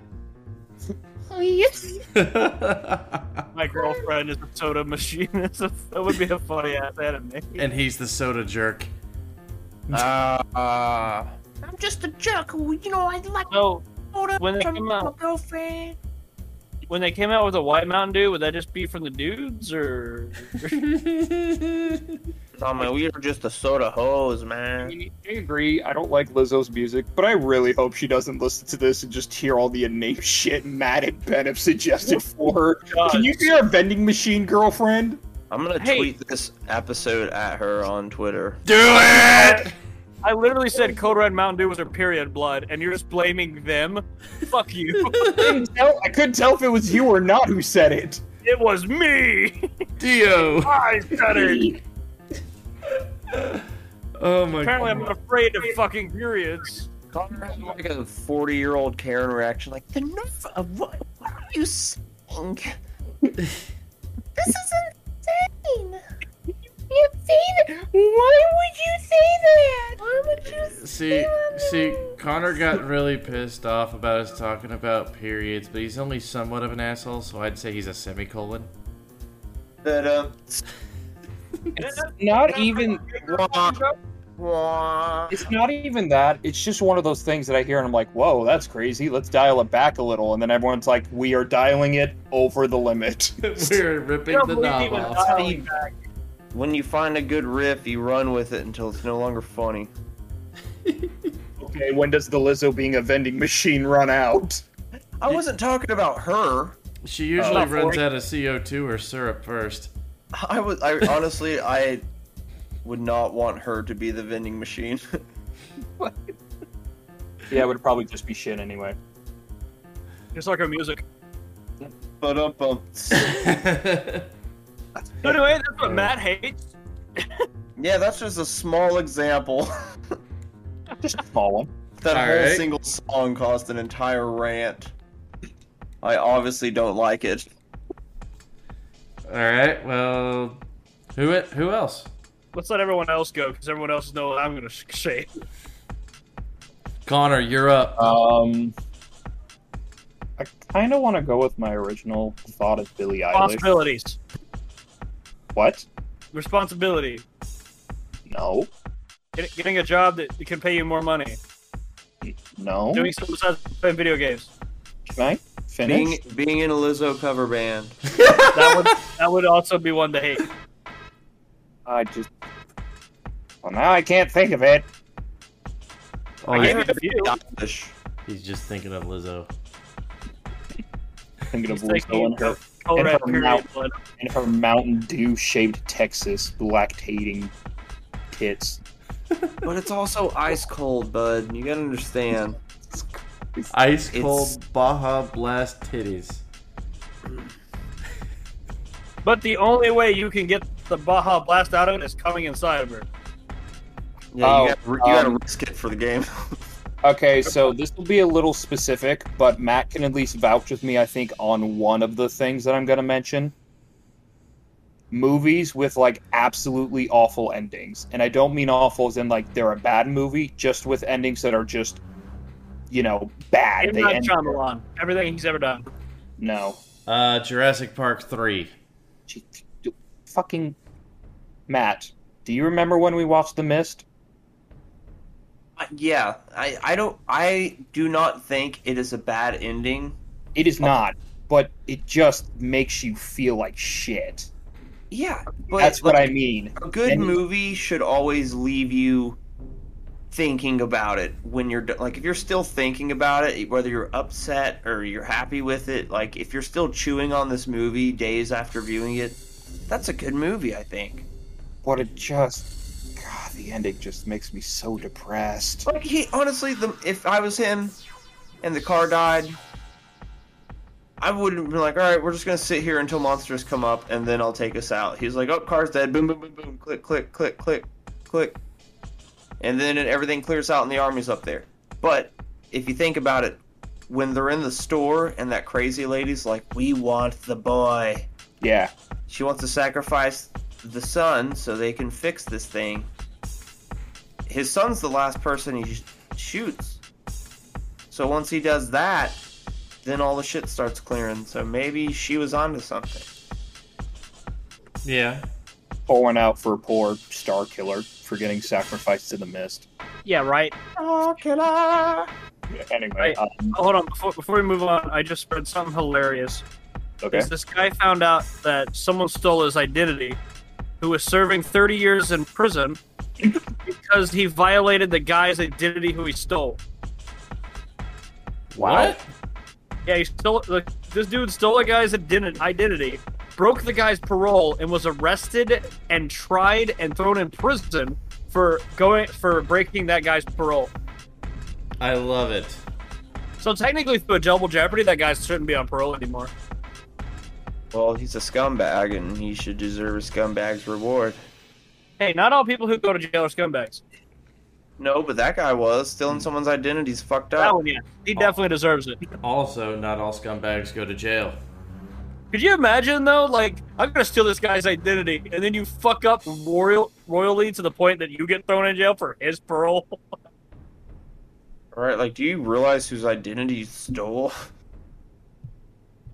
My girlfriend is a soda machine. It's a- that would be a funny ass anime.
and he's the soda jerk.
Ah. ah.
I'm just a jerk. You know, I like
So
photos
when they
from
came
my
out-
girlfriend.
when they came out with a white Mountain Dew, would that just be from the dudes or?
Oh man, we are just a soda hose, man.
I agree. I don't like Lizzo's music, but I really hope she doesn't listen to this and just hear all the inane shit Matt and Ben have suggested for her.
God.
Can you be our vending machine girlfriend?
I'm gonna
Hey.
tweet this episode at her on Twitter.
Do it.
I literally said Code Red Mountain Dew was her period blood, and you're just blaming them. Fuck you.
couldn't tell- I couldn't tell if it was you or not who said it.
it was me.
Dio.
I said it.
Oh my
Apparently, I'm
god.
not afraid of fucking periods.
Connor has like a 40 year old Karen reaction, like the nerve of what? What are you saying?
This is insane. You're insane. Why would you say that? Why would you?
See, see, Connor got really pissed off about us talking about periods, but he's only somewhat of an asshole, so I'd say he's a semicolon.
That um.
It's not even.
wah.
It's not even that. It's just one of those things that I hear and I'm like, "Whoa, that's crazy. Let's dial it back a little." And then everyone's like, "We are dialing it over the limit."
We're ripping
Can't
the
believe he
knob
was
off.
dialing back.
When you find a good riff, you run with it until it's no longer funny.
okay, when does the Lizzo being a vending machine run out?
I wasn't talking about her.
She usually
Not
runs
forty.
out of CO2 or syrup first.
I was. I honestly, I would not want her to be the vending machine.
Yeah, it would probably just be shit anyway.
Just like our music.
but um, um,
So anyway, that's what Matt hates.
yeah, that's just a small example.
Just a small one.
That
All
whole
right.
single song caused an entire rant. I obviously don't like it.
All right, well, who it? Who else?
Let's let everyone else go because everyone else knows what I'm gonna sh- say.
Connor, you're up.
Um, I kind of want to go with my original thought of Billie Eilish.
Responsibilities.
What?
Responsibility.
No.
Get- Getting a job that can pay you more money.
No.
Doing something besides playing video games.
Can I finish?
Being being in a Lizzo cover band.
That would that would also be one to hate.
I just. Well, now I can't think of it.
Oh,
I
yeah.
gave it to you.
Gosh.
He's just thinking of Lizzo.
Thinking of
He's thinking
Lizzo and her,
of Code Red
her
period
mouth.
blood.
and her Mountain Dew shaved Texas lactating tits.
But it's also ice cold, bud. You gotta understand.
Ice
It's-
cold Baja Blast titties.
But the only way you can get the Baja Blast out of it is coming inside of her.
Yeah,
Oh,
you, gotta, you gotta
um,
risk it for the game.
Okay, so this will be a little specific, but Matt can at least vouch with me, I think, on one of the things that I'm going to mention. Movies with like absolutely awful endings. And I don't mean awful as in like they're a bad movie, just with endings that are just, you know, bad.
M.
They
Night
end-
Shyamalan. Everything he's ever done.
no.
Uh, Jurassic Park 3.
Gee, d- Fucking Matt, do you remember when we watched The Mist?
Uh, yeah, I, I don't I do not think it is a bad ending.
It is not, but it just makes you feel like shit.
Yeah, but
That's what I
like,
mean.
A good
and-
movie should always leave you thinking about it when you're do- like if you're still thinking about it whether you're upset or you're happy with it like if you're still chewing on this movie days after viewing it that's a good movie i think
But it just, God, the ending just makes me so depressed.
like he honestly the if i was him and the car died i wouldn't be like all right we're just gonna sit here until monsters come up and then i'll take us out he's like oh car's dead boom boom boom boom click click click click click and then it, everything clears out and the army's up there but if you think about it when they're in the store and that crazy lady's like we want the boy
Yeah,
she wants to sacrifice the son so they can fix this thing. His son's the last person he sh- shoots. So once he does that, then all the shit starts clearing. So maybe she was onto something.
Yeah.
pouring out for poor Star Killer for getting sacrificed to the mist.
Yeah, right.
Oh, killer!
Anyway,
Right.
um,
Hold on, before, before we move on, I just read something hilarious.
okay.
Is this guy found out that someone stole his identity, who was serving 30 years in prison because he violated the guy's identity who he stole.
What?
Yeah, he stole look, this dude stole a guy's identi- identity, broke the guy's parole, and was arrested and tried and thrown in prison for going for breaking that guy's parole.
I love it.
So technically, through a double jeopardy, that guy shouldn't be on parole anymore.
Well, he's a scumbag and he should deserve a scumbag's reward.
Hey, not all people who go to jail are scumbags.
No, but that guy was. Stealing someone's identity's fucked
That
up.
one, yeah, he definitely deserves it.
Also, not all scumbags go to jail.
Could you imagine though? Like, I'm gonna steal this guy's identity, and then you fuck up royal royally to the point that you get thrown in jail for his parole.
Alright, like, do you realize whose identity you stole?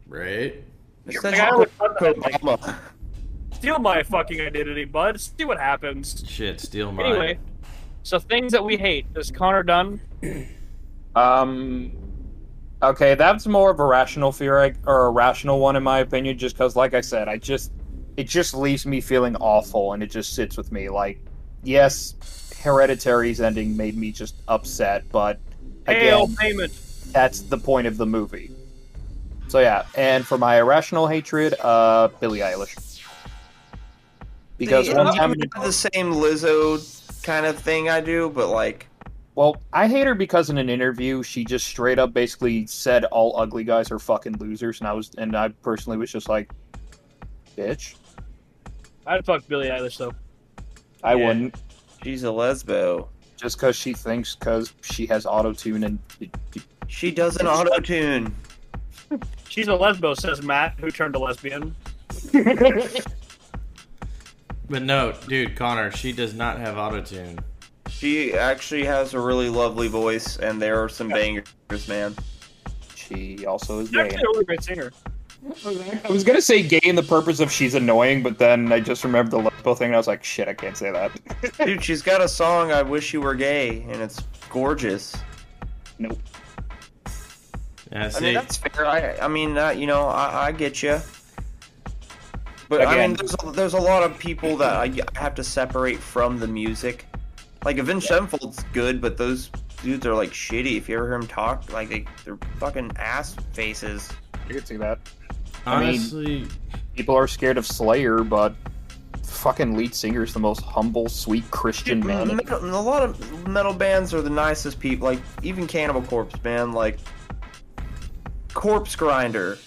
Right?
It's such
Like, I would love that, like,
Obama.
steal my fucking identity, bud. See what happens.
Shit, steal mine.
Anyway, so things that we hate. Is Connor done?
Um, okay, that's more of a rational fear I- or a rational one in my opinion, just because, like I said, I just it just leaves me feeling awful, and it just sits with me. Like, yes, Hereditary's ending made me just upset, but
Hail
again,
payment.
that's the point of the movie. So yeah, and for my irrational hatred, uh, Billie Eilish. Because
See,
one
I'm
time,
not the same Lizzo kind of thing I do, but like,
well, I hate her because in an interview she just straight up basically said all ugly guys are fucking losers, and I was, and I personally was just like, bitch,
I'd fuck Billie Eilish though.
I
Yeah.
wouldn't,
she's a lesbo.
just because she thinks because she has auto tune and
She doesn't auto tune.
She's a lesbo, says Matt, who turned a lesbian.
But no, dude, Connor, she does not have autotune.
She actually has a really lovely voice, and there are some bangers, man.
She also is gay.
Actually, a really great singer.
I was gonna say gay in the purpose of she's annoying, but then I just remembered the lesbo thing, and I was like, shit, I can't say that.
Dude, she's got a song, I Wish You Were Gay, and it's gorgeous.
nope.
Yeah,
I
see,
mean, that's fair. I, I mean, that, you know, I, I get you. But I
Again-
mean, there's a, there's a lot of people that I have to separate from the music. Like, Avenged Sevenfold's good, but those dudes are like shitty. If you ever hear them talk, like they they're fucking ass faces.
You can see that. I mean-
honestly,
People are scared of Slayer, but fucking lead singer is the most humble, sweet Christian man.
Metal- a lot of metal bands are the nicest people. Like even Cannibal Corpse, man. Like Corpse Grinder.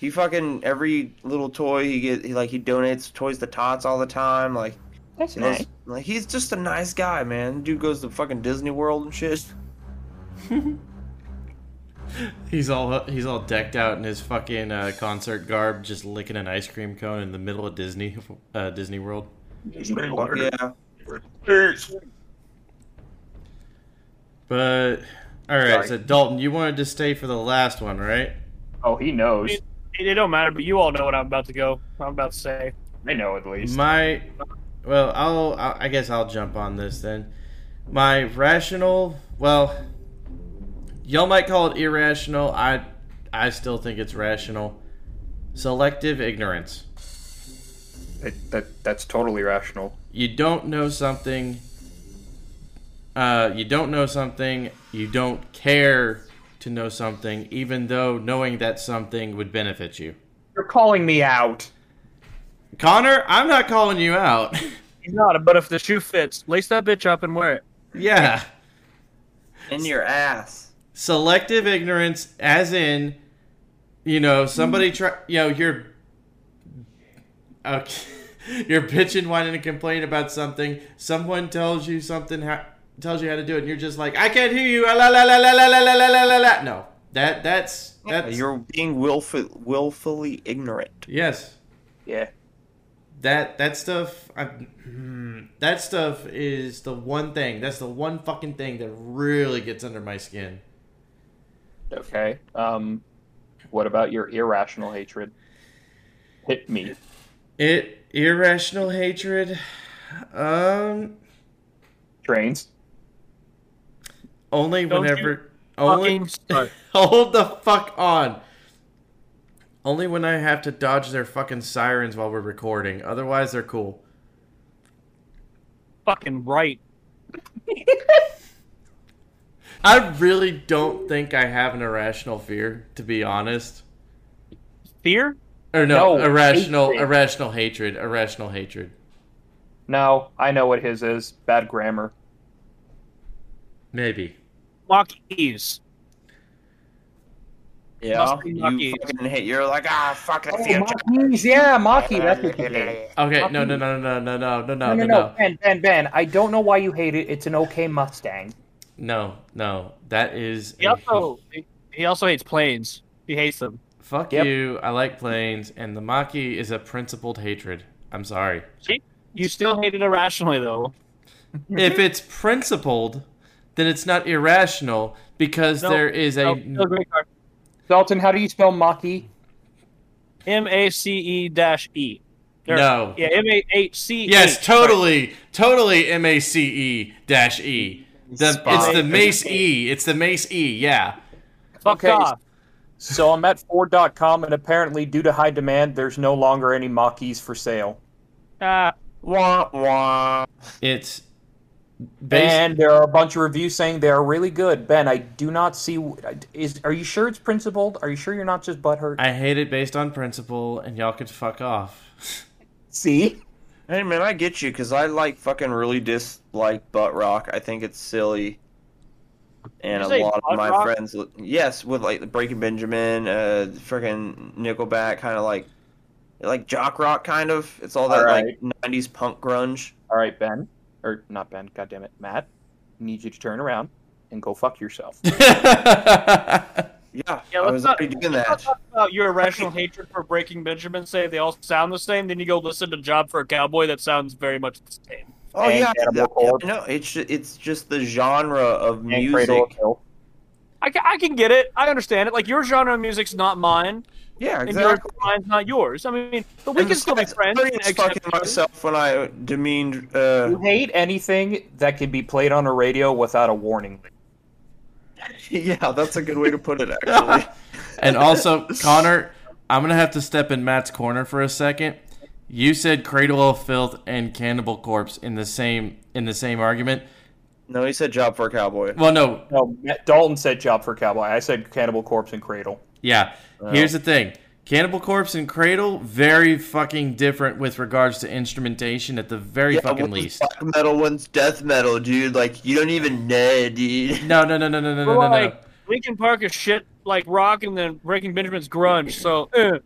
He fucking every little toy he get, he like he donates toys to tots all the time. Like
That's
Those- Like he's just a nice guy, man. Dude goes to fucking Disney World and shit.
he's all he's all decked out in his fucking uh, concert garb, just licking an ice cream cone in the middle of Disney uh, Disney World.
Yeah.
But all right,
Sorry.
so Dalton, you wanted to stay for the last one, right?
Oh, he knows.
It, it don't matter, but you all know what I'm about to go. I'm about to say.
I know at least.
My, well, I'll I I guess I'll jump on this then. My rational, well, y'all might call it irrational. I I still think it's rational. Selective ignorance.
It- that that's totally rational.
you don't know something uh, you don't know something you don't care to know something even though knowing that something would benefit you
You're calling me out.
connor i'm not calling you out
He's not, but if the shoe fits, lace that bitch up and wear it.
yeah
In your ass.
selective ignorance as in you know somebody try you know you're okay you're bitching whining and complaining about something someone tells you something how tells you how to do it and you're just like i can't hear you ah, la la la la la la la la la la no that that's that's
You're being willful, willfully ignorant.
yes
Yeah.
that that stuff I, hmm, that stuff is the one thing that's the one fucking thing that really gets under my skin
Okay. Um, what about your irrational hatred? Hit me.
It irrational hatred. Um,
Trains.
only
Don't
whenever. Only,
Fucking start.
hold the fuck on. Only when I have to dodge their fucking sirens while we're recording. Otherwise, they're cool.
Fucking right.
I really don't think I have an irrational fear, to be honest.
Fear?
Or no,
No,
irrational,
hatred.
irrational hatred, irrational hatred.
No, I know what his is. Bad grammar.
Maybe.
Mock ease.
Yeah.
Must be lucky. Oh,
You fucking hate. You're like ah fuck. I feel
Maki's, Oh, yeah, Maki.
Okay. No. No. No. No. No. No. No. No. No. No.
Ben, Ben, Ben. I don't know why you hate it. It's an okay Mustang.
No. No. That is. a-
He also, he- he also hates planes. He hates them.
Fuck
Yep.
you. I like planes, and the Maki is a principled hatred. I'm sorry.
You still hate it irrationally, though. Mm-hmm.
if it's principled, then it's not irrational because
No,
there is a
Oh, still a great car.
Dalton, how do you spell Maki?
M A C E dash E. Or-
No.
Yeah, M A H C. E.
yes, totally, totally M A C E dash E. The, it's the Mace E. It's the Mace E. Yeah.
Fuck
Okay.
off.
So I'm at Ford.com, and apparently, due to high demand, there's no longer any Makis for sale.
Ah,
Wah wah.
It's based.
And there are a bunch of reviews saying they are really good. Ben, I do not see. Is are you sure it's principled? Are you sure you're not just butthurt?
I hate it based on principle, and y'all could fuck off.
see.
Hey man, I get you because I like fucking really dislike butt rock. I think it's silly. And
You
a
say
lot of
butt
my
rock?
friends, yes, with like the Breaking Benjamin, uh, freaking Nickelback, kind of like, like jock rock, kind of. It's all that
Alright.
like '90s punk grunge.
All right, Ben, or not Ben? God damn it, Matt. Need you to turn around and go fuck yourself.
Yeah,
Yeah,
I
let's
was
not-
already doing
I'll
that.
talk about your irrational hatred for Breaking Benjamin. Say they all sound the same. Then you go listen to Job for a Cowboy. That sounds very much the same.
Oh yeah,
Cannibal
I-
Corpse.
no, it's ju- it's just the genre of
And Cradle of
music.
Filth.
I can, I can get it. I understand it. Like your genre of music's not mine,
Yeah,
and your
exactly.
mine's not yours. I mean, but we
And
can still be
besides,
friends.
I
and
was
accept
fucking
each other.
myself when I demeaned. Uh,
You hate anything that can be played on a radio without a warning.
yeah, that's a good way to put it. Actually,
And also, Connor, I'm gonna have to step in Matt's corner for a second. You said Cradle of Filth and Cannibal Corpse in the same in the same argument.
no, he said job for a cowboy.
Well, no,
No, Matt Dalton said job for cowboy. I said cannibal corpse and cradle.
yeah. Here's the thing: Cannibal Corpse and Cradle very fucking different with regards to instrumentation at the very
Yeah,
fucking
one's
least.
black metal, one's death metal, dude. Like you don't even know, dude.
No, no, no, no, no, no,
We're
no, no, no.
like Linkin Park is shit like rock, and then Breaking Benjamin's grunge. So eh.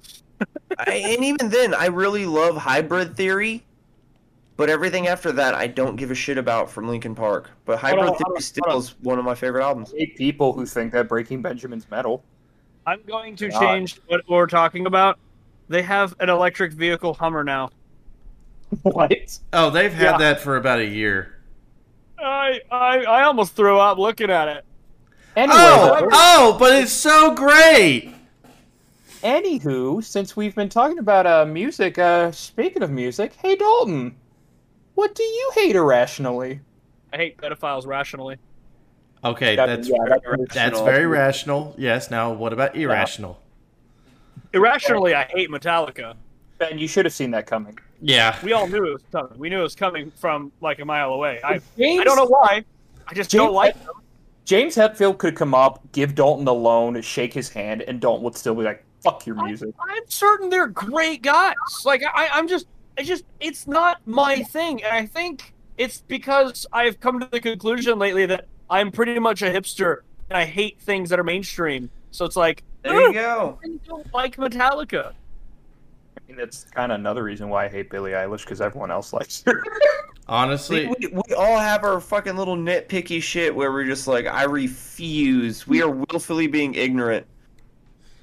I, and even then, I really love Hybrid Theory, but everything after that, I don't give a shit about from Linkin Park. But
Hold on,
Hybrid
hold
Theory
on,
still
hold on.
is one of my favorite albums.
Hate people who think that Breaking Benjamin's metal.
I'm going to
God.
change what we're talking about. They have an electric vehicle Hummer now.
What?
Oh, they've had
Yeah.
that for about a year.
I I, I almost threw up looking at it.
Anyway,
Oh,
though,
oh, but it's so great.
anywho, since we've been talking about uh, music, uh, speaking of music, hey Dalton, what do you hate irrationally?
I hate pedophiles rationally.
Okay,
That-
that's
yeah, that's
that's
irrational.
very rational. Yes. Now, what about irrational?
Irrationally, I hate Metallica.
Ben, you should have seen that coming.
Yeah.
We all knew it was coming. We knew it was coming from like a mile away. I
James,
I don't know why. I just
James,
don't like them.
James Hetfield could come up, give Dalton a loan, shake his hand, and Dalton would still be like, "Fuck your music."
I'm certain they're great guys. Like I, I'm just, I just, it's not my thing, and I think it's because I've come to the conclusion lately that I'm pretty much a hipster and I hate things that are mainstream. So it's like, "Ooh,
go.
I don't like Metallica.
I mean, that's kind of another reason why I hate Billie Eilish because everyone else likes her.
Honestly,
We, we, we all have our fucking little nitpicky shit where we're just like, I refuse. We are willfully being ignorant.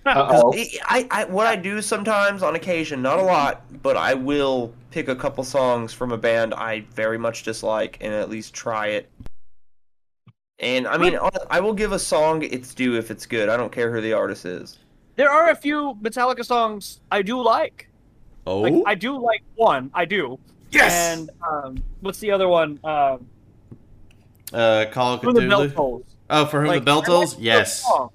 Uh-oh.
I, I what I do sometimes on occasion, not a lot, but I will pick a couple songs from a band I very much dislike and at least try it. And I mean, hon- I will give a song its due if it's good. I don't care who the artist is.
There are a few Metallica songs I do like.
oh,
Like I do like one. I do. And um, what's the other one? Um,
uh, Call of
Who the Bell
Cthulhu.
Tolls.
Oh, for whom
Like,
the bell
I like
tolls?
those
Yes.
songs.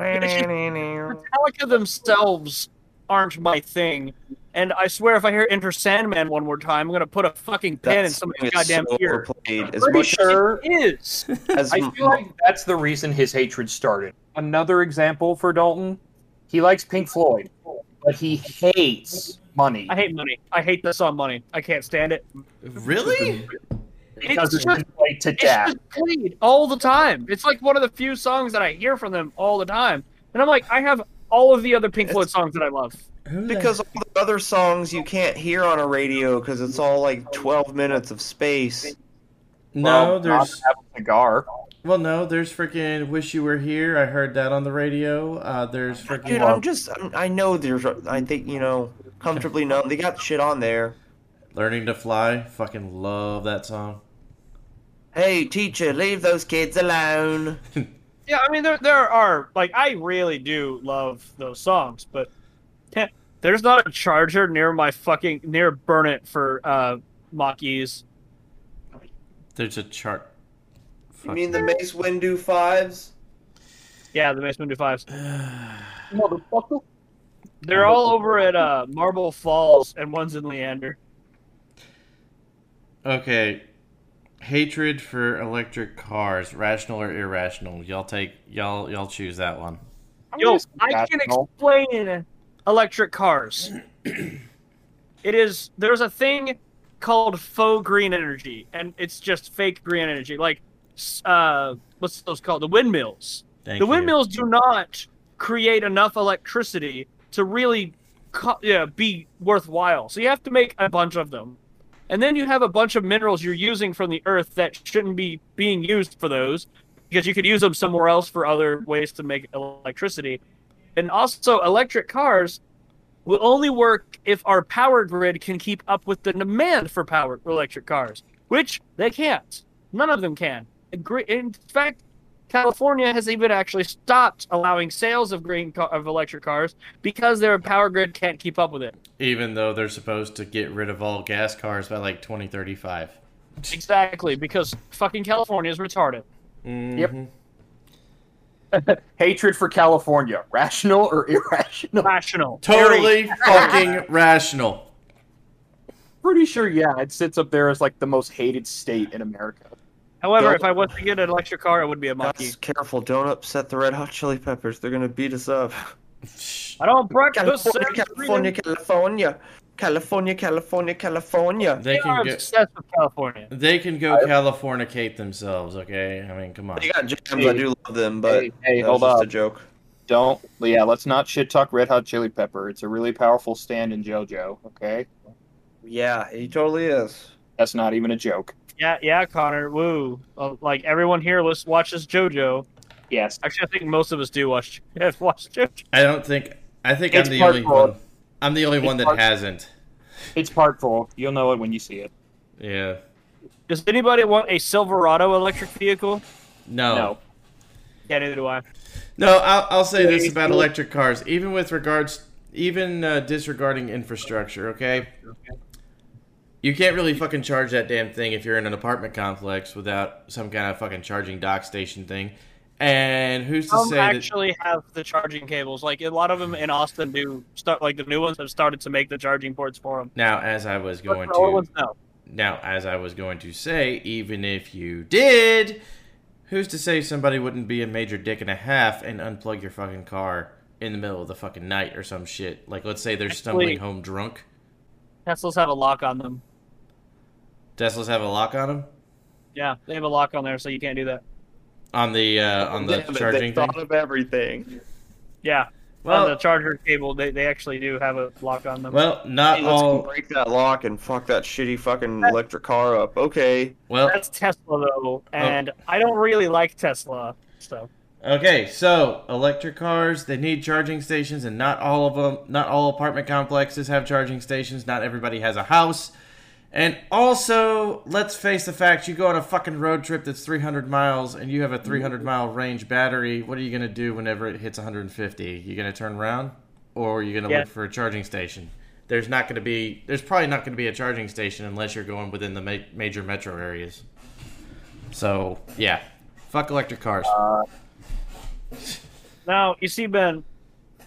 I
Metallica themselves aren't my thing. And I swear, if I hear Enter Sandman one more time, I'm gonna put a fucking pen in somebody's goddamn ear.
Played. As
Pretty
much
sure.
It is.
as
I feel like that's the reason his hatred started. Another example for Dalton, he likes Pink Floyd, but he hates money.
I hate money. I hate the song money. I can't stand it.
Really?
because it's
it's just-
been played to
It's
death.
just played all the time. It's like one of the few songs that I hear from them all the time. And I'm like, I have all of the other Pink Floyd songs that I love.
because all the other songs you can't hear on a radio because it's all like 12 minutes of space.
no,
Well, not
there's
have a cigar.
well, no, there's freaking "Wish You Were Here." I heard that on the radio. Uh, there's
Dude,
freaking
I'm just, I'm, I know there's, I think, you know, comfortably numb. They got shit on there.
"Learning to Fly." Fucking love that song.
Hey, teacher, leave those kids alone.
Yeah, I mean, there there are like I really do love those songs, but heh, there's not a charger near my fucking near burn it for uh Mach E's.
There's a chart.
You mean the Mace Windu fives?
Yeah, the Mace Windu fives.
Motherfucker.
They're all over at uh Marble Falls, and one's in Leander.
Okay. Hatred for electric cars, rational or irrational? Y'all take y'all y'all choose that one.
Yo, I can
Rational.
explain electric cars. it is there's a thing called faux green energy, and it's just fake green energy. Like, s- uh, what's those called? The windmills.
Thank
the
you.
windmills do not create enough electricity to really co- yeah, be worthwhile. So you have to make a bunch of them. And then you have a bunch of minerals you're using from the earth that shouldn't be being used for those because you could use them somewhere else for other ways to make electricity. And also, electric cars will only work if our power grid can keep up with the demand for power for electric cars, which they can't. None of them can. And gr- In fact, California has even actually stopped allowing sales of green car- of electric cars because their power grid can't keep up with it.
Even though they're supposed to get rid of all gas cars by like 2035.
Exactly, because fucking California is retarded.
Yep.
Mhm.
Hatred for California, rational or irrational?
Rational.
Totally fucking rational.
Pretty sure, yeah, it sits up there as like the most hated state in America.
However, if I was to get an electric car, it would be a monkey.
Guys, careful, don't upset the Red Hot Chili Peppers. They're gonna beat us up.
I don't practice.
California, California, California, California, California, California.
They
They are
can go,
obsessed with California.
they can go Californicate themselves. Okay. I mean, come on.
They got jams. I do love them, but
hey, hey,
that
hold
was just
up.
a joke.
Don't. Yeah, let's not shit talk Red Hot Chili Pepper. It's a really powerful stand in JoJo. Okay,
Yeah, he totally is.
that's not even a joke.
Yeah, yeah, Connor. Woo. Uh, Like everyone here list- watches JoJo.
Yes.
Actually, I think most of us do watch have watched JoJo.
I don't think. I think I'm
It's
the
part
only
fraud.
one. I'm the only one that
part-
hasn't.
It's part four. You'll know it when you see it.
Yeah.
Does anybody want a Silverado electric vehicle?
No.
No. No.
Yeah, neither do I.
I'll, I'll say this about electric cars, even with regards, even uh, disregarding infrastructure. Okay. You can't really fucking charge that damn thing if you're in an apartment complex without some kind of fucking charging dock station thing. And who's to
Some
say that?
actually have the charging cables. Like a lot of them in Austin do start. Like the new ones have started to make the charging ports for them.
Now, as I was
But
going
the old
to
ones, no.
Now, as I was going to say, even if you did, who's to say somebody wouldn't be a major dick and a half and unplug your fucking car in the middle of the fucking night or some shit? Like, let's say they're stumbling
Actually-
home drunk.
Teslas have a lock on them.
Teslas have a lock on them
Yeah, they have a lock on there, so you can't do that.
on the uh, on the
Damn it,
charging
they
thing.
thought of everything.
Yeah.
Well-
on the charger cable, they, they actually do have a lock on them.
Well, not
Hey, let's
all.
break that lock and fuck that shitty fucking electric car up. Okay.
Well,
That's Tesla
Oh.
though, and I don't really like Tesla. So
Okay, so electric cars, they need charging stations, and not all of them, not all apartment complexes have charging stations. Not everybody has a house. And also, let's face the fact you go on a fucking road trip that's 300 miles and you have a 300 mile range battery. What are you going to do whenever it hits 150? You going to turn around or are you going to
Yeah.
look for a charging station? There's not going to be, there's probably not going to be a charging station unless you're going within the ma- major metro areas. So, yeah, fuck electric cars.
now you see, Ben,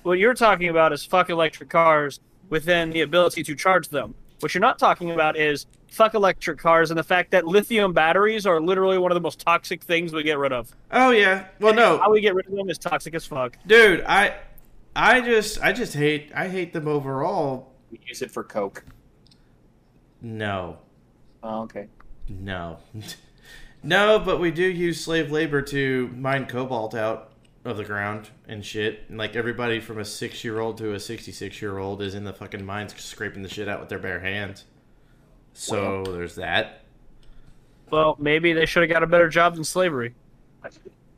what you're talking about is fuck electric cars within the ability to charge them. What you're not talking about is fuck electric cars and the fact that lithium batteries are literally one of the most toxic things we get rid of.
Oh yeah. Well,
How
no,
we get rid of them is toxic as fuck.
dude. I, I just, I just hate, I hate them overall.
We use it for coke.
No,
Oh, okay.
no, no. But we do use slave labor to mine cobalt out of the ground and shit. And like everybody from a six-year-old to a sixty-six-year-old is in the fucking mines scraping the shit out with their bare hands. So there's that.
Well, maybe they should have got a better job than slavery.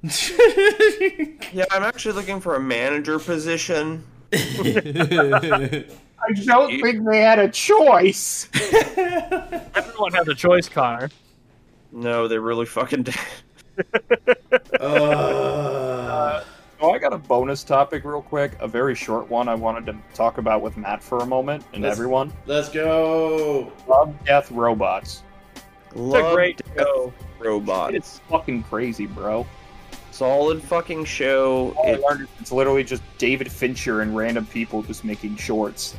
Yeah, I'm actually looking for a manager position.
I don't think they had a choice.
Everyone has a choice, Connor.
No, they really fucking did.
Uh,
Oh, I got a bonus topic real quick, a very short one I wanted to talk about with Matt for a moment and
That's-
everyone.
let's go.
Love death robots.
Love
great
death
show.
robot.
It's fucking crazy, bro.
Solid fucking show.
All I
It,
learned is it's literally just David Fincher and random people just making shorts.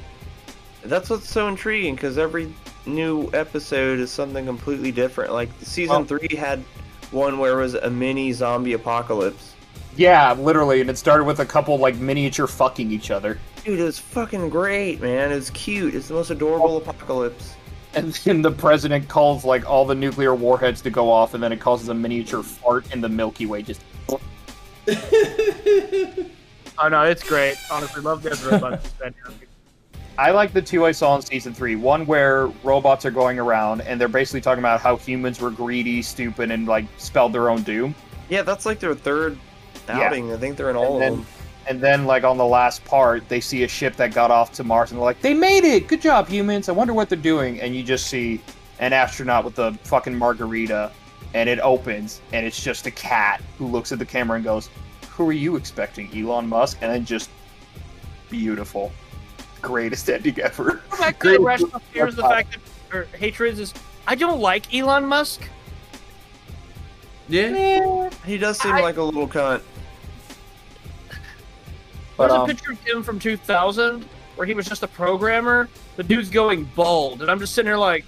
that's what's so intriguing because every new episode is something completely different. Like season
Well-
three had one where it was a mini zombie apocalypse.
Yeah, literally, and it started with a couple like miniature fucking each other.
Dude, it was fucking great, man. It was cute. It's the most adorable apocalypse.
And then the president calls like all the nuclear warheads to go off, and then it causes a miniature fart in the Milky Way. Just
Oh no, it's great. Honestly, love those robots.
I like the two I saw in season three. One where robots are going around and they're basically talking about how humans were greedy, stupid, and like spelled their own doom.
Yeah, that's like their third
Yeah.
outing. I think they're in
And
all of
then-
them.
And then like on the last part, they see a ship that got off to Mars and they're like, "They made it! Good job, humans! I wonder what they're doing." And you just see an astronaut with a fucking margarita and it opens, and it's just a cat who looks at the camera and goes, "Who are you expecting, Elon Musk?" And then just beautiful, greatest ending ever.
My
Great.
good rational fear is the fact that or hatred is. I don't like Elon Musk.
Yeah.
He does seem
I-
like a little cunt.
But
There's
um,
a picture of him from 2000 where he was just a programmer. The dude's going bald, and I'm just sitting here like,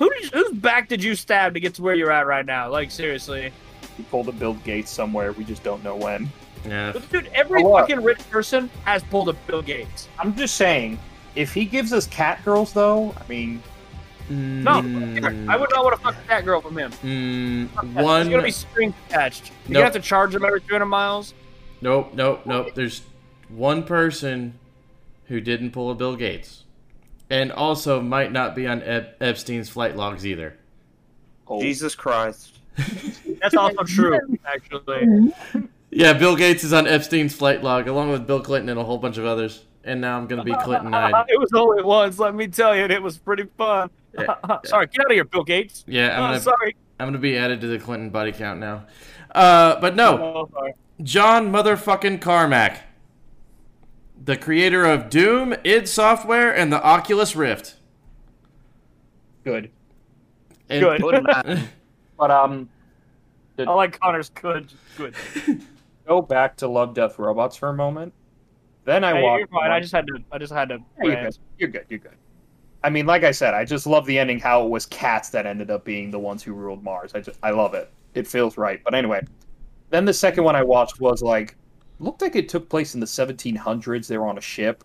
who did, whose back did you stab to get to where you're at right now? Like seriously,
He pulled a Bill Gates somewhere. We just don't know when.
Yeah.
but dude, every
Hello.
fucking rich person has pulled a Bill Gates.
I'm just saying, if he gives us cat girls, though, I mean,
No,
Mm,
I would not want to fuck that girl from him.
mm,
There's gonna
one.
be strings attached. You're
Nope.
gonna have to charge him every 300 miles.
Nope. Nope. Nope. There's one person who didn't pull a Bill Gates, and also might not be on Ep- Epstein's flight logs either.
oh,
Jesus Christ.
That's also true, actually.
Yeah, Bill Gates is on Epstein's flight log along with Bill Clinton and a whole bunch of others. And now I'm gonna be Clinton eyed.
it was only once, let me tell you, and it was pretty fun. sorry, get out of here, Bill Gates.
Yeah, I'm
Oh,
gonna
sorry.
I'm gonna be added to the Clinton body count now. Uh, but no,
Oh, sorry.
John motherfucking Carmack, the creator of Doom, id Software, and the Oculus Rift.
good.
And-
Good.
but um,
I like Connor's good. Good.
Go back to Love, Death, Robots for a moment. Then I
Hey,
walked.
you're fine. I just had to. I just had to.
Yeah, you're,
rant.
good. you're good. You're good. I mean, like I said, I just love the ending. How it was cats that ended up being the ones who ruled Mars. I just, I love it. It feels right. But anyway, then the second one I watched was like, looked like it took place in the 1700s. They were on a ship.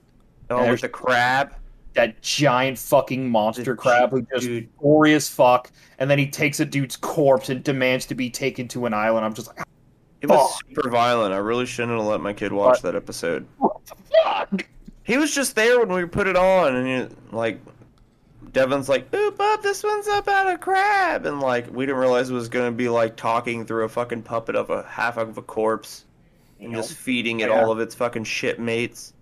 Oh,
There's-
with the crab.
That giant fucking monster
Dude,
crab who just
dude.
gory as fuck, and then he takes a dude's corpse and demands to be taken to an island. I'm just like,
It was
Fuck.
super violent. I really shouldn't have let my kid watch that episode.
fuck.
He was just there when we put it on, and he, like, Devin's like, "Boop up, this one's up out of crab," and like, we didn't realize it was gonna be like talking through a fucking puppet of a half of a corpse, and just feeding it all of its fucking shipmates.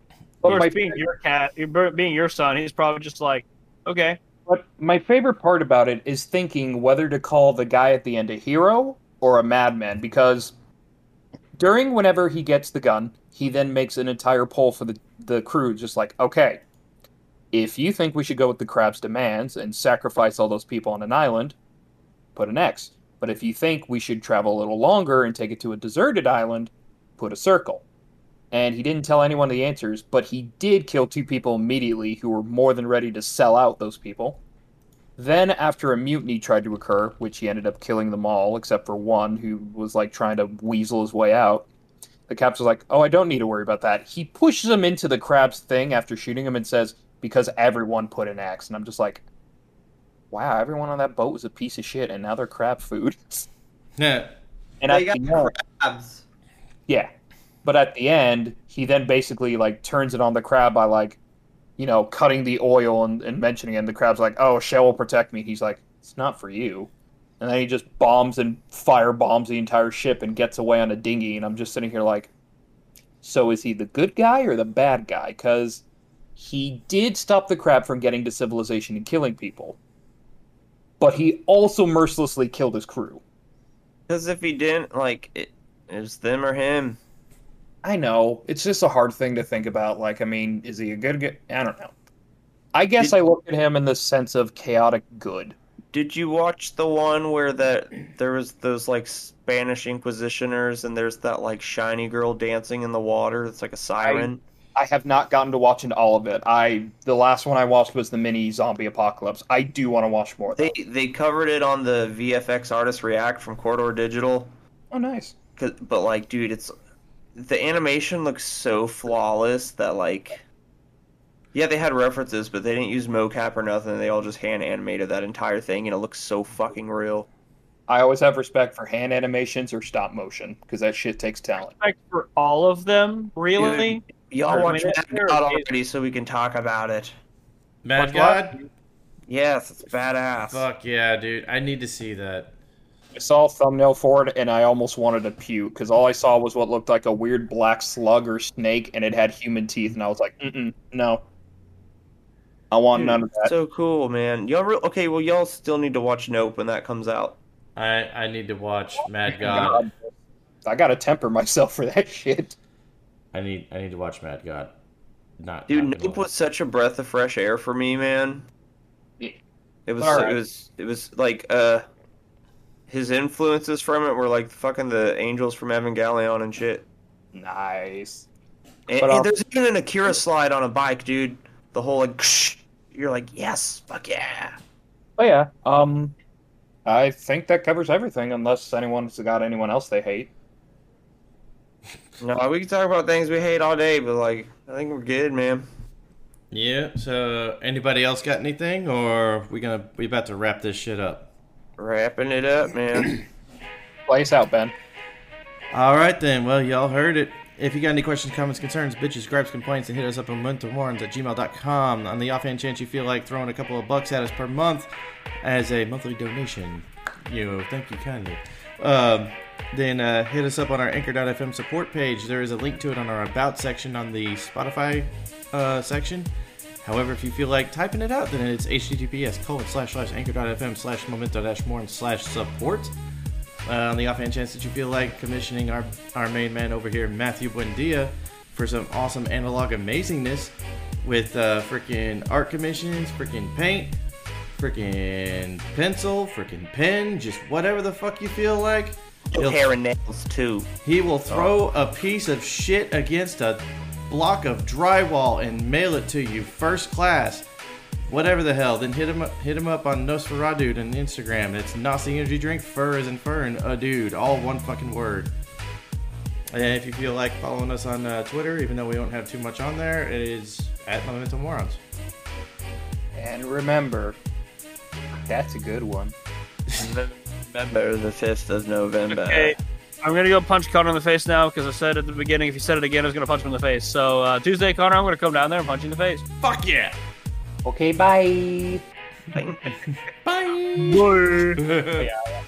Of
But my,
course, being your cat, you're- being your son, he's probably just like, okay,
but my favorite part about it is thinking whether to call the guy at the end a hero or a madman because during whenever he gets the gun, he then makes an entire poll for the the crew, just like, okay, if you think we should go with the crab's demands and sacrifice all those people on an island, put an X. But if you think we should travel a little longer and take it to a deserted island, put a circle. And he didn't tell anyone the answers, but he did kill two people immediately who were more than ready to sell out those people. Then, after a mutiny tried to occur, which he ended up killing them all except for one who was like trying to weasel his way out, the caps was like, "Oh, I don't need to worry about that." He pushes him into the crab's thing after shooting him and says, "Because everyone put an axe." And I'm just like, "Wow, everyone on that boat was a piece of shit, and now they're crab food."
Yeah.
And
They
at
got
the end-
Crabs.
yeah. But at the end, he then basically like turns it on the crab by like, you know, cutting the oil and, and mentioning it. And the crab's like, oh, Shell will protect me. He's like, it's not for you. And then he just bombs and fire bombs the entire ship and gets away on a dinghy. And I'm just sitting here like, so is he the good guy or the bad guy? Because he did stop the crab from getting to civilization and killing people, but he also mercilessly killed his crew.
Because if he didn't, like, it, it was them or him.
I know. It's just a hard thing to think about. Like, I mean, is he a good guy? I don't know. I guess
Did-
I look at him in the sense of chaotic good.
Did you watch the one where that there was those like Spanish Inquisitioners and there's that like shiny girl dancing in the water that's like a siren?
I have not gotten to watching all of it. I the last one I watched was the mini zombie apocalypse. I do want to watch more. Though.
They they covered it on the VFX Artist React from Corridor Digital.
Oh, nice.
'Cause- But like, dude, it's the animation looks so flawless that like, yeah, they had references, but they didn't use mocap or nothing. They all just hand animated that entire thing, and it looks so fucking real.
I always have respect for hand animations or stop motion because that shit takes talent.
like for all of them, really.
Y'all
Or
watch
maybe-
Mad God already, so we can talk about it.
Mad
Watch what?
God?
Yes, it's badass.
Fuck yeah, dude. I need to see that.
I saw a thumbnail for it and I almost wanted to puke because all I saw was what looked like a weird black slug or snake and it had human teeth and I was like, mm no. I want
Dude,
none of that.
Hmm.
So cool, man. Y'all re- okay? Well, y'all still need to watch Nope when that comes out.
I I need to watch Mad God.
God. I gotta temper myself for that shit.
I need I need to watch Mad God. Not not
Dude,
gonna
Nope
lie.
was such a breath of fresh air for me, man. It was,
Alright.
it was, it was like uh, his influences from it were like fucking the angels from Evangelion and shit.
Nice.
And,
But,
and
um,
there's even an Akira slide on a bike, dude. The whole like, you're like, yes, fuck yeah.
But yeah, um, I think that covers everything, unless anyone's got anyone else they hate.
No, we can talk about things we hate all day, but like, I think we're good, man.
Yeah. So anybody else got anything, or we gonna we about to wrap this shit up?
Wrapping it up, man.
Play us out, Ben.
All right then. Well, y'all heard it. If you got any questions, comments, concerns, bitches, gripes, complaints, then hit us up on winterwarns at gmail.com. On the offhand chance you feel like throwing a couple of bucks at us per month as a monthly donation, you know, thank you kindly. Um, then uh, hit us up on our anchor.fm support page. There is a link to it on our about section on the Spotify uh, section. However, if you feel like typing it out, then it's https colon slash slash anchor.fm slash memento dash morn slash support. Uh, on the offhand chance that you feel like commissioning our, our main man over here, Matthew Buendia, for some awesome analog amazingness with uh, freaking art commissions, freaking paint, freaking pencil, freaking pen, just whatever the fuck you feel like. He'll-
Hair and nails too.
he will throw a piece of shit against a block of drywall and mail it to you first class. Whatever the hell, then hit him up, hit him up on Nosferatu on Instagram. It's Nazi Energy Drink, Fur is in Fur, and a dude, all one fucking word. And if you feel like following us on uh, Twitter, even though we don't have too much on there, it is at Momentum Morons.
And remember,
That's a good one.
Remember the fifth of November.
Okay. I'm gonna go punch Connor in the face now because I said at the beginning if he said it again I was gonna punch him in the face. So uh, Tuesday, Connor, I'm gonna come down there and punch you in the face.
Fuck yeah!
Okay, bye.
Bye!
Word.
yeah,